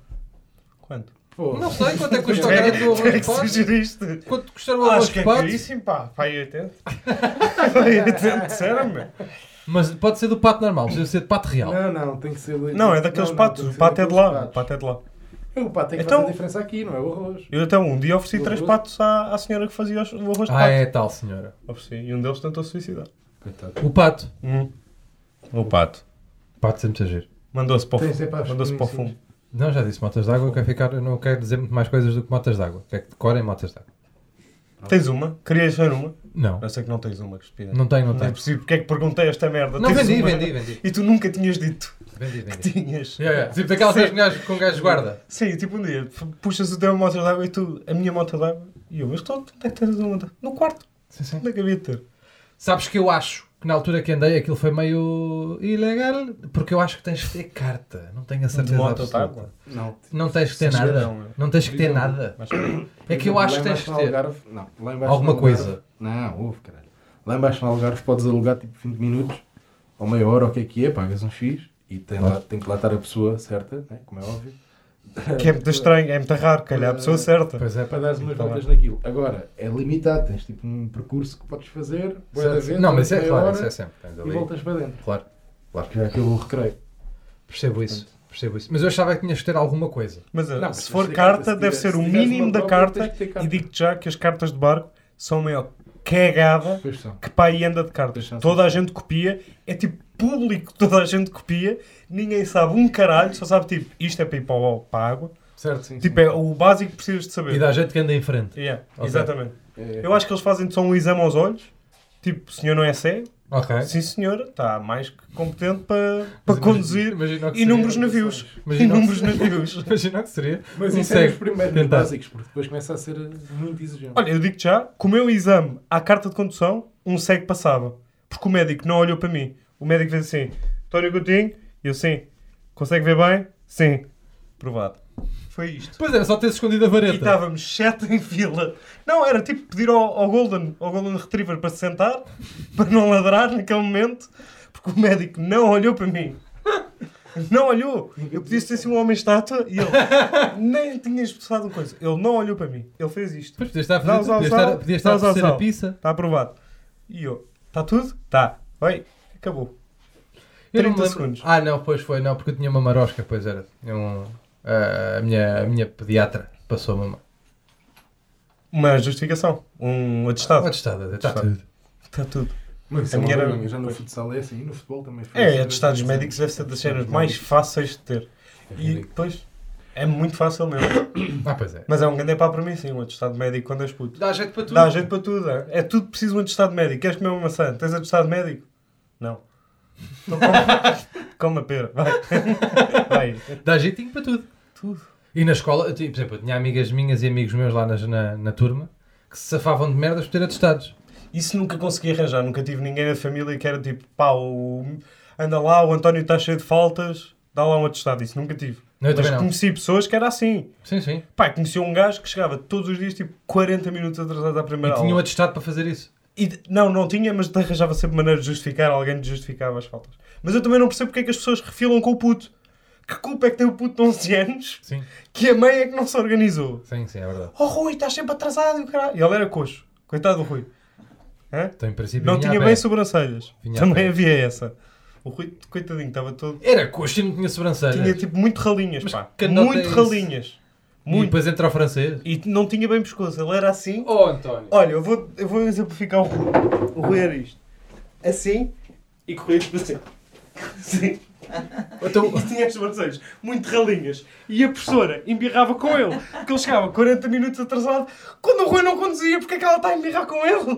S4: Quanto?
S2: Pô,
S3: Não sei quanto é que custa o
S4: É,
S3: cara do
S4: é
S3: arroz
S4: que
S3: de pato.
S4: sugeriste.
S3: Quanto custar o arroz
S4: Acho que
S3: de
S4: é
S3: pato?
S4: caríssimo, pá. Pai 80. Pai 80, disseram-me.
S3: Mas pode ser do pato normal, precisa ser de pato real.
S2: Não, não, tem que ser. dois-
S4: Não, é daqueles
S2: não,
S4: patos.
S2: tem que
S4: o
S2: ser
S4: pato é de
S2: daqueles
S4: lá. O
S2: patos.
S4: pato é de lá.
S2: É, O pato tem que
S4: Então-
S2: fazer a diferença aqui, não é o arroz.
S4: Eu até um dia ofereci
S2: O
S4: três
S2: arroz?
S4: patos à, à senhora que fazia os- o arroz de
S3: Ah,
S4: pato.
S3: é tal senhora.
S4: Ofereci. E um deles tentou suicidar.
S3: O pato.
S4: Hum. O pato.
S3: O pato sempre agir.
S4: Mandou-se para o
S2: Tem sempre
S4: fumo.
S2: aos
S4: Mandou-se para o
S2: comicinhos.
S4: fumo.
S3: Não, já disse motas d'água, eu quero ficar, eu não quero dizer muito mais coisas do que motas d'água. Quer que decorem motas d'água.
S4: Tens uma? Querias ver uma?
S3: Não,
S4: Eu sei que não tens uma, que estupidez.
S3: não tenho, não
S4: Não é
S3: tenho.
S4: possível. Porque é que perguntei esta merda?
S3: Não,
S4: Tens
S3: vendi,
S4: uma?
S3: vendi, vendi.
S4: E tu nunca tinhas dito
S3: Vendi,
S4: que
S3: vendi.
S4: tinhas.
S3: Yeah, yeah. Tipo daquelas
S4: Sim.
S3: coisas com gajo- com gajo guarda.
S4: Sim, tipo um dia, f- puxas o teu moto d'água e tu, a minha moto d'água, e eu, mas tu, onde é que tens a moto? No quarto,
S3: Sim, sim.
S4: onde é que havia de ter?
S3: Sabes que eu acho que na altura que andei aquilo foi meio ilegal, porque eu acho que tens que ter carta. Não tenho a certeza
S4: moto
S3: absoluta.
S4: d'água?
S2: Não.
S3: Não tens que ter
S4: Sim,
S3: nada.
S4: não, meu.
S3: Não tens que ter nada.
S4: Mas,
S3: É que eu acho que tens que ter.
S2: Não, lá em baixo
S3: Alguma
S2: no Algarve-
S3: coisa.
S2: Não, ouve, caralho. Lá em baixo no Algarve podes alugar tipo 20 minutos ou meia hora, ou o que é que é, pagas um X e tem, lá, tem que lá estar a pessoa certa, né, como é óbvio.
S4: que é muito estranho, é muito raro, calhar a pessoa certa.
S3: Pois é,
S2: para
S3: pá.
S2: dar umas
S4: Tá
S2: voltas naquilo. Então, Agora, é limitado, tens tipo um percurso que podes fazer, bué da vez,
S3: Não, mas isso é
S2: meia
S3: claro,
S2: hora,
S3: isso é sempre. Tens
S2: E
S3: ali-
S2: voltas para dentro.
S3: Claro,
S2: Que já acabou o recreio.
S3: percebo isso. Percebo isso. Mas eu achava que tinhas que ter alguma coisa.
S4: Mas
S2: Não, mas
S4: se
S2: se
S4: for
S2: tiver-
S4: carta,
S2: se
S4: deve
S2: tiver-
S4: ser o
S2: se tiveres
S4: mínimo
S2: uma
S4: da
S2: dobra,
S4: carta,
S2: tens de ter
S4: e
S2: carta.
S4: digo-te já que as cartas de barco são a maior cagada
S2: Pois são.
S4: que pai anda de cartas.
S2: Pois são,
S4: Toda a gente copia, é tipo público, toda a gente copia, ninguém sabe um caralho, só sabe tipo, isto é para ir para o- para a água.
S3: Certo,
S2: Sim,
S4: Tipo, é o básico que precisas de saber.
S3: E dá jeito que anda em frente.
S4: Yeah,
S3: Ok.
S4: Exatamente.
S2: sim. É,
S4: Eu acho que eles fazem só um exame aos olhos. Tipo, o senhor não é cego,
S3: Ok.
S4: Sim, senhor, está mais que competente para,
S3: Mas
S4: para
S3: imagina-
S4: conduzir
S3: imagina o que seria-
S4: inúmeros navios.
S3: Imagina o que
S4: Inúmeros
S3: seria-
S4: navios.
S3: Imagina o que seria.
S2: Mas
S3: um
S2: isso é os
S3: cego
S2: primeiros
S3: tentar.
S2: básicos, porque depois começa a ser muito exigente.
S4: Olha, eu digo-te já, com o meu exame à carta de condução, um cego passava. Porque o médico não olhou para mim. O médico fez assim, António Coutinho, e eu sim. Consegue ver bem? Sim. Provado. Foi isto.
S3: Pois era só ter escondido a
S4: E tá-
S3: vareta.
S4: estávamos sete em fila. Não, era tipo pedir ao, ao Golden, ao Golden Retriever para se sentar, para não ladrar naquele momento, porque o médico não olhou para mim. Não olhou. Eu podia ter sido um homem estátua e ele nem tinha expressado uma coisa. Ele não olhou para mim. Ele fez isto.
S3: Pois podias estar a fazer,
S4: Zau, zau,
S3: podias estar,
S4: zau.
S3: podias estar a
S4: Zau, zau,
S3: torcer a
S4: zau.
S3: pizza.
S4: Está aprovado. E eu, está tudo? Está. Oi, acabou.
S3: Eu não me
S4: 30
S3: lembro-
S4: segundos.
S3: Ah, não, pois foi, não, porque eu tinha uma marosca, pois era. Tinha um- ah, a, minha, a minha pediatra passou-me uma.
S4: Uma justificação. Um
S3: Uma
S4: atestado.
S3: testada, está
S4: Atestado.
S3: tudo.
S4: Está tudo.
S2: Mas isso
S4: A
S2: é uma
S4: minha era-
S2: vergonha, já no futsal é assim, e no futebol também foi assim.
S4: É, atestados médicos deve ser das cenas mais fáceis de ter. E depois é muito fácil mesmo.
S3: Ah, pois é.
S4: Mas é um grande pá para mim, sim, um atestado médico quando és puto.
S3: Dá jeito para tudo.
S4: Dá jeito para tudo, é, É tudo preciso de um atestado médico. Queres comer uma maçã? Tens atestado médico? Não. Então come, come a pera, vai. vai.
S3: Dá jeitinho para tudo.
S4: Tudo.
S3: E na escola, eu tinha- por exemplo, eu tinha amigas minhas e amigos meus lá nas- na, na turma que se safavam de merdas por ter atestados.
S4: Isso nunca consegui arranjar, nunca tive ninguém na família que era tipo, pá, o... anda lá, o António está cheio de faltas, dá lá um atestado. Isso nunca tive.
S3: Não, eu
S4: Mas
S3: também não.
S4: conheci pessoas que era assim.
S3: Sim, sim.
S4: Pá, conheci um gajo que chegava todos os dias, tipo, 40 minutos atrasado à primeira
S3: E um tinham
S4: aula.
S3: atestado para fazer isso.
S4: E de- não, não tinha, mas arranjava sempre maneira de justificar, alguém justificava as faltas. Mas eu também não percebo porque é que as pessoas refilam com o puto. Que culpa é que tem o puto de 11 anos
S3: Sim,
S4: que a mãe é que não se organizou?
S3: sim, sim, é verdade.
S4: Oh Rui, estás sempre atrasado e o caralho. E ele era coxo. Coitado do Rui. Hã?
S3: Então, em princípio,
S4: Não
S3: vinha a
S4: tinha
S3: pé.
S4: bem sobrancelhas.
S3: Vinha a
S4: também
S3: pé.
S4: havia essa. O Rui, coitadinho, estava todo.
S3: Era coxa e não tinha sobrancelha.
S4: Tinha tipo muito ralinhas,
S3: Mas
S4: pá.
S3: que nota é
S4: Muito
S3: isso?
S4: ralinhas.
S3: E
S4: Muito.
S3: depois entra o francês.
S4: E não tinha bem pescoço. Ele era assim.
S3: Oh, António.
S4: Olha, eu vou, eu vou exemplificar o Rui. O Rui era isto. Assim e correr assim. Sim.
S3: Então,
S4: E tinha as sobrancelhas muito ralinhas. E a professora embirrava com ele. Porque ele chegava 40 minutos atrasado. Quando o Rui não conduzia, porque é que ela está a embirrar com ele?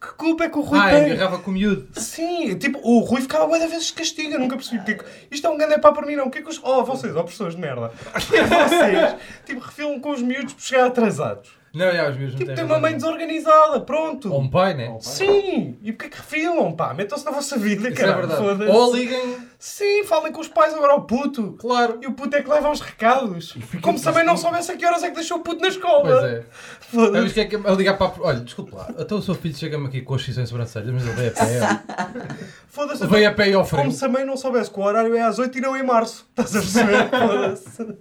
S4: Que culpa é que o Rui
S3: ah,
S4: tem?
S3: agarrava com o miúdo.
S4: Sim, tipo, o Rui ficava bué da vezes de castigo, eu nunca percebi porque. é que- Isto é um grande pá para mim, não. O que é que os. Oh, vocês, ó, professores de merda. Porque vocês, tipo, refilam com os miúdos por chegar atrasados.
S3: Não, já, os miúdos não
S4: Tipo,
S3: têm
S4: tem uma
S3: razão
S4: mãe
S3: nenhuma.
S4: desorganizada, pronto.
S3: Ou um pai, né?
S4: Sim! E porquê que refilam, pá? Metam-se na vossa vida,
S3: Isso é
S4: cara.
S3: verdade. Ou liguem,
S4: Sim, falem com os pais agora ao puto.
S3: claro.
S4: E o puto é que leva os recados. Como se também não soubesse a que horas é que deixou o puto na escola.
S3: assim. Pois é. Sabes
S4: Foda-se.
S3: que é que é- a ligar para a... Olha, desculpa lá. Até o seu filho chega-me aqui com a sem sobrancelhas, mas ele veio a pé.
S4: Foda-se. então.
S3: Ele veio a pé e ao
S4: Como
S3: frio.
S4: se também não soubesse que o horário é às 8 e não em março. Estás a perceber? Foda-se.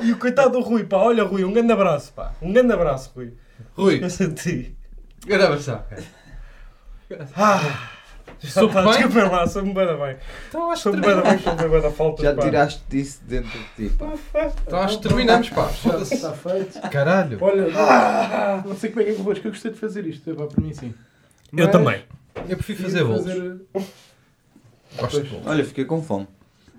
S4: E o coitado do Rui, pá. Olha, Rui, um grande abraço, pá. Um grande abraço, Rui.
S3: Rui,
S4: Eu senti.
S3: grande abração.
S4: Ah!
S3: Sou
S4: Pá,
S3: bem?
S4: Desculpem lá, sou-me bem da bem.
S3: Então acho
S4: Sou-me
S3: que
S4: bem da
S3: terminamos.
S4: bem, sou-me bem da falta.
S5: Já
S4: pá.
S5: tiraste disso dentro de ti. pá.
S3: Então acho que terminamos, pá.
S2: Já está feito.
S3: Caralho.
S2: Olha, não sei como é que é convosco, eu gostei de fazer isto, vá, para mim sim.
S4: Eu
S2: Mas
S4: também.
S3: Eu prefiro
S2: queria
S3: fazer bolos.
S2: fazer-
S3: Gosto de bolos.
S5: Olha, fiquei com fome.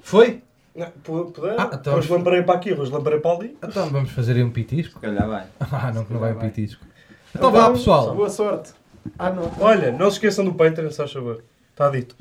S3: Foi?
S4: Não, po- Poder?
S3: Ah, então-
S4: Hoje lamparei para aqui, hoje lamparei para ali.
S3: Então vamos fazer aí um pitisco.
S5: Se calhar vai.
S3: Ah, não, que não vai um
S2: Vai.
S3: pitisco. Então vá, pessoal.
S2: Boa sorte. Ah, não.
S4: Olha, não se esqueçam do Patreon, se faz favor. Está dito.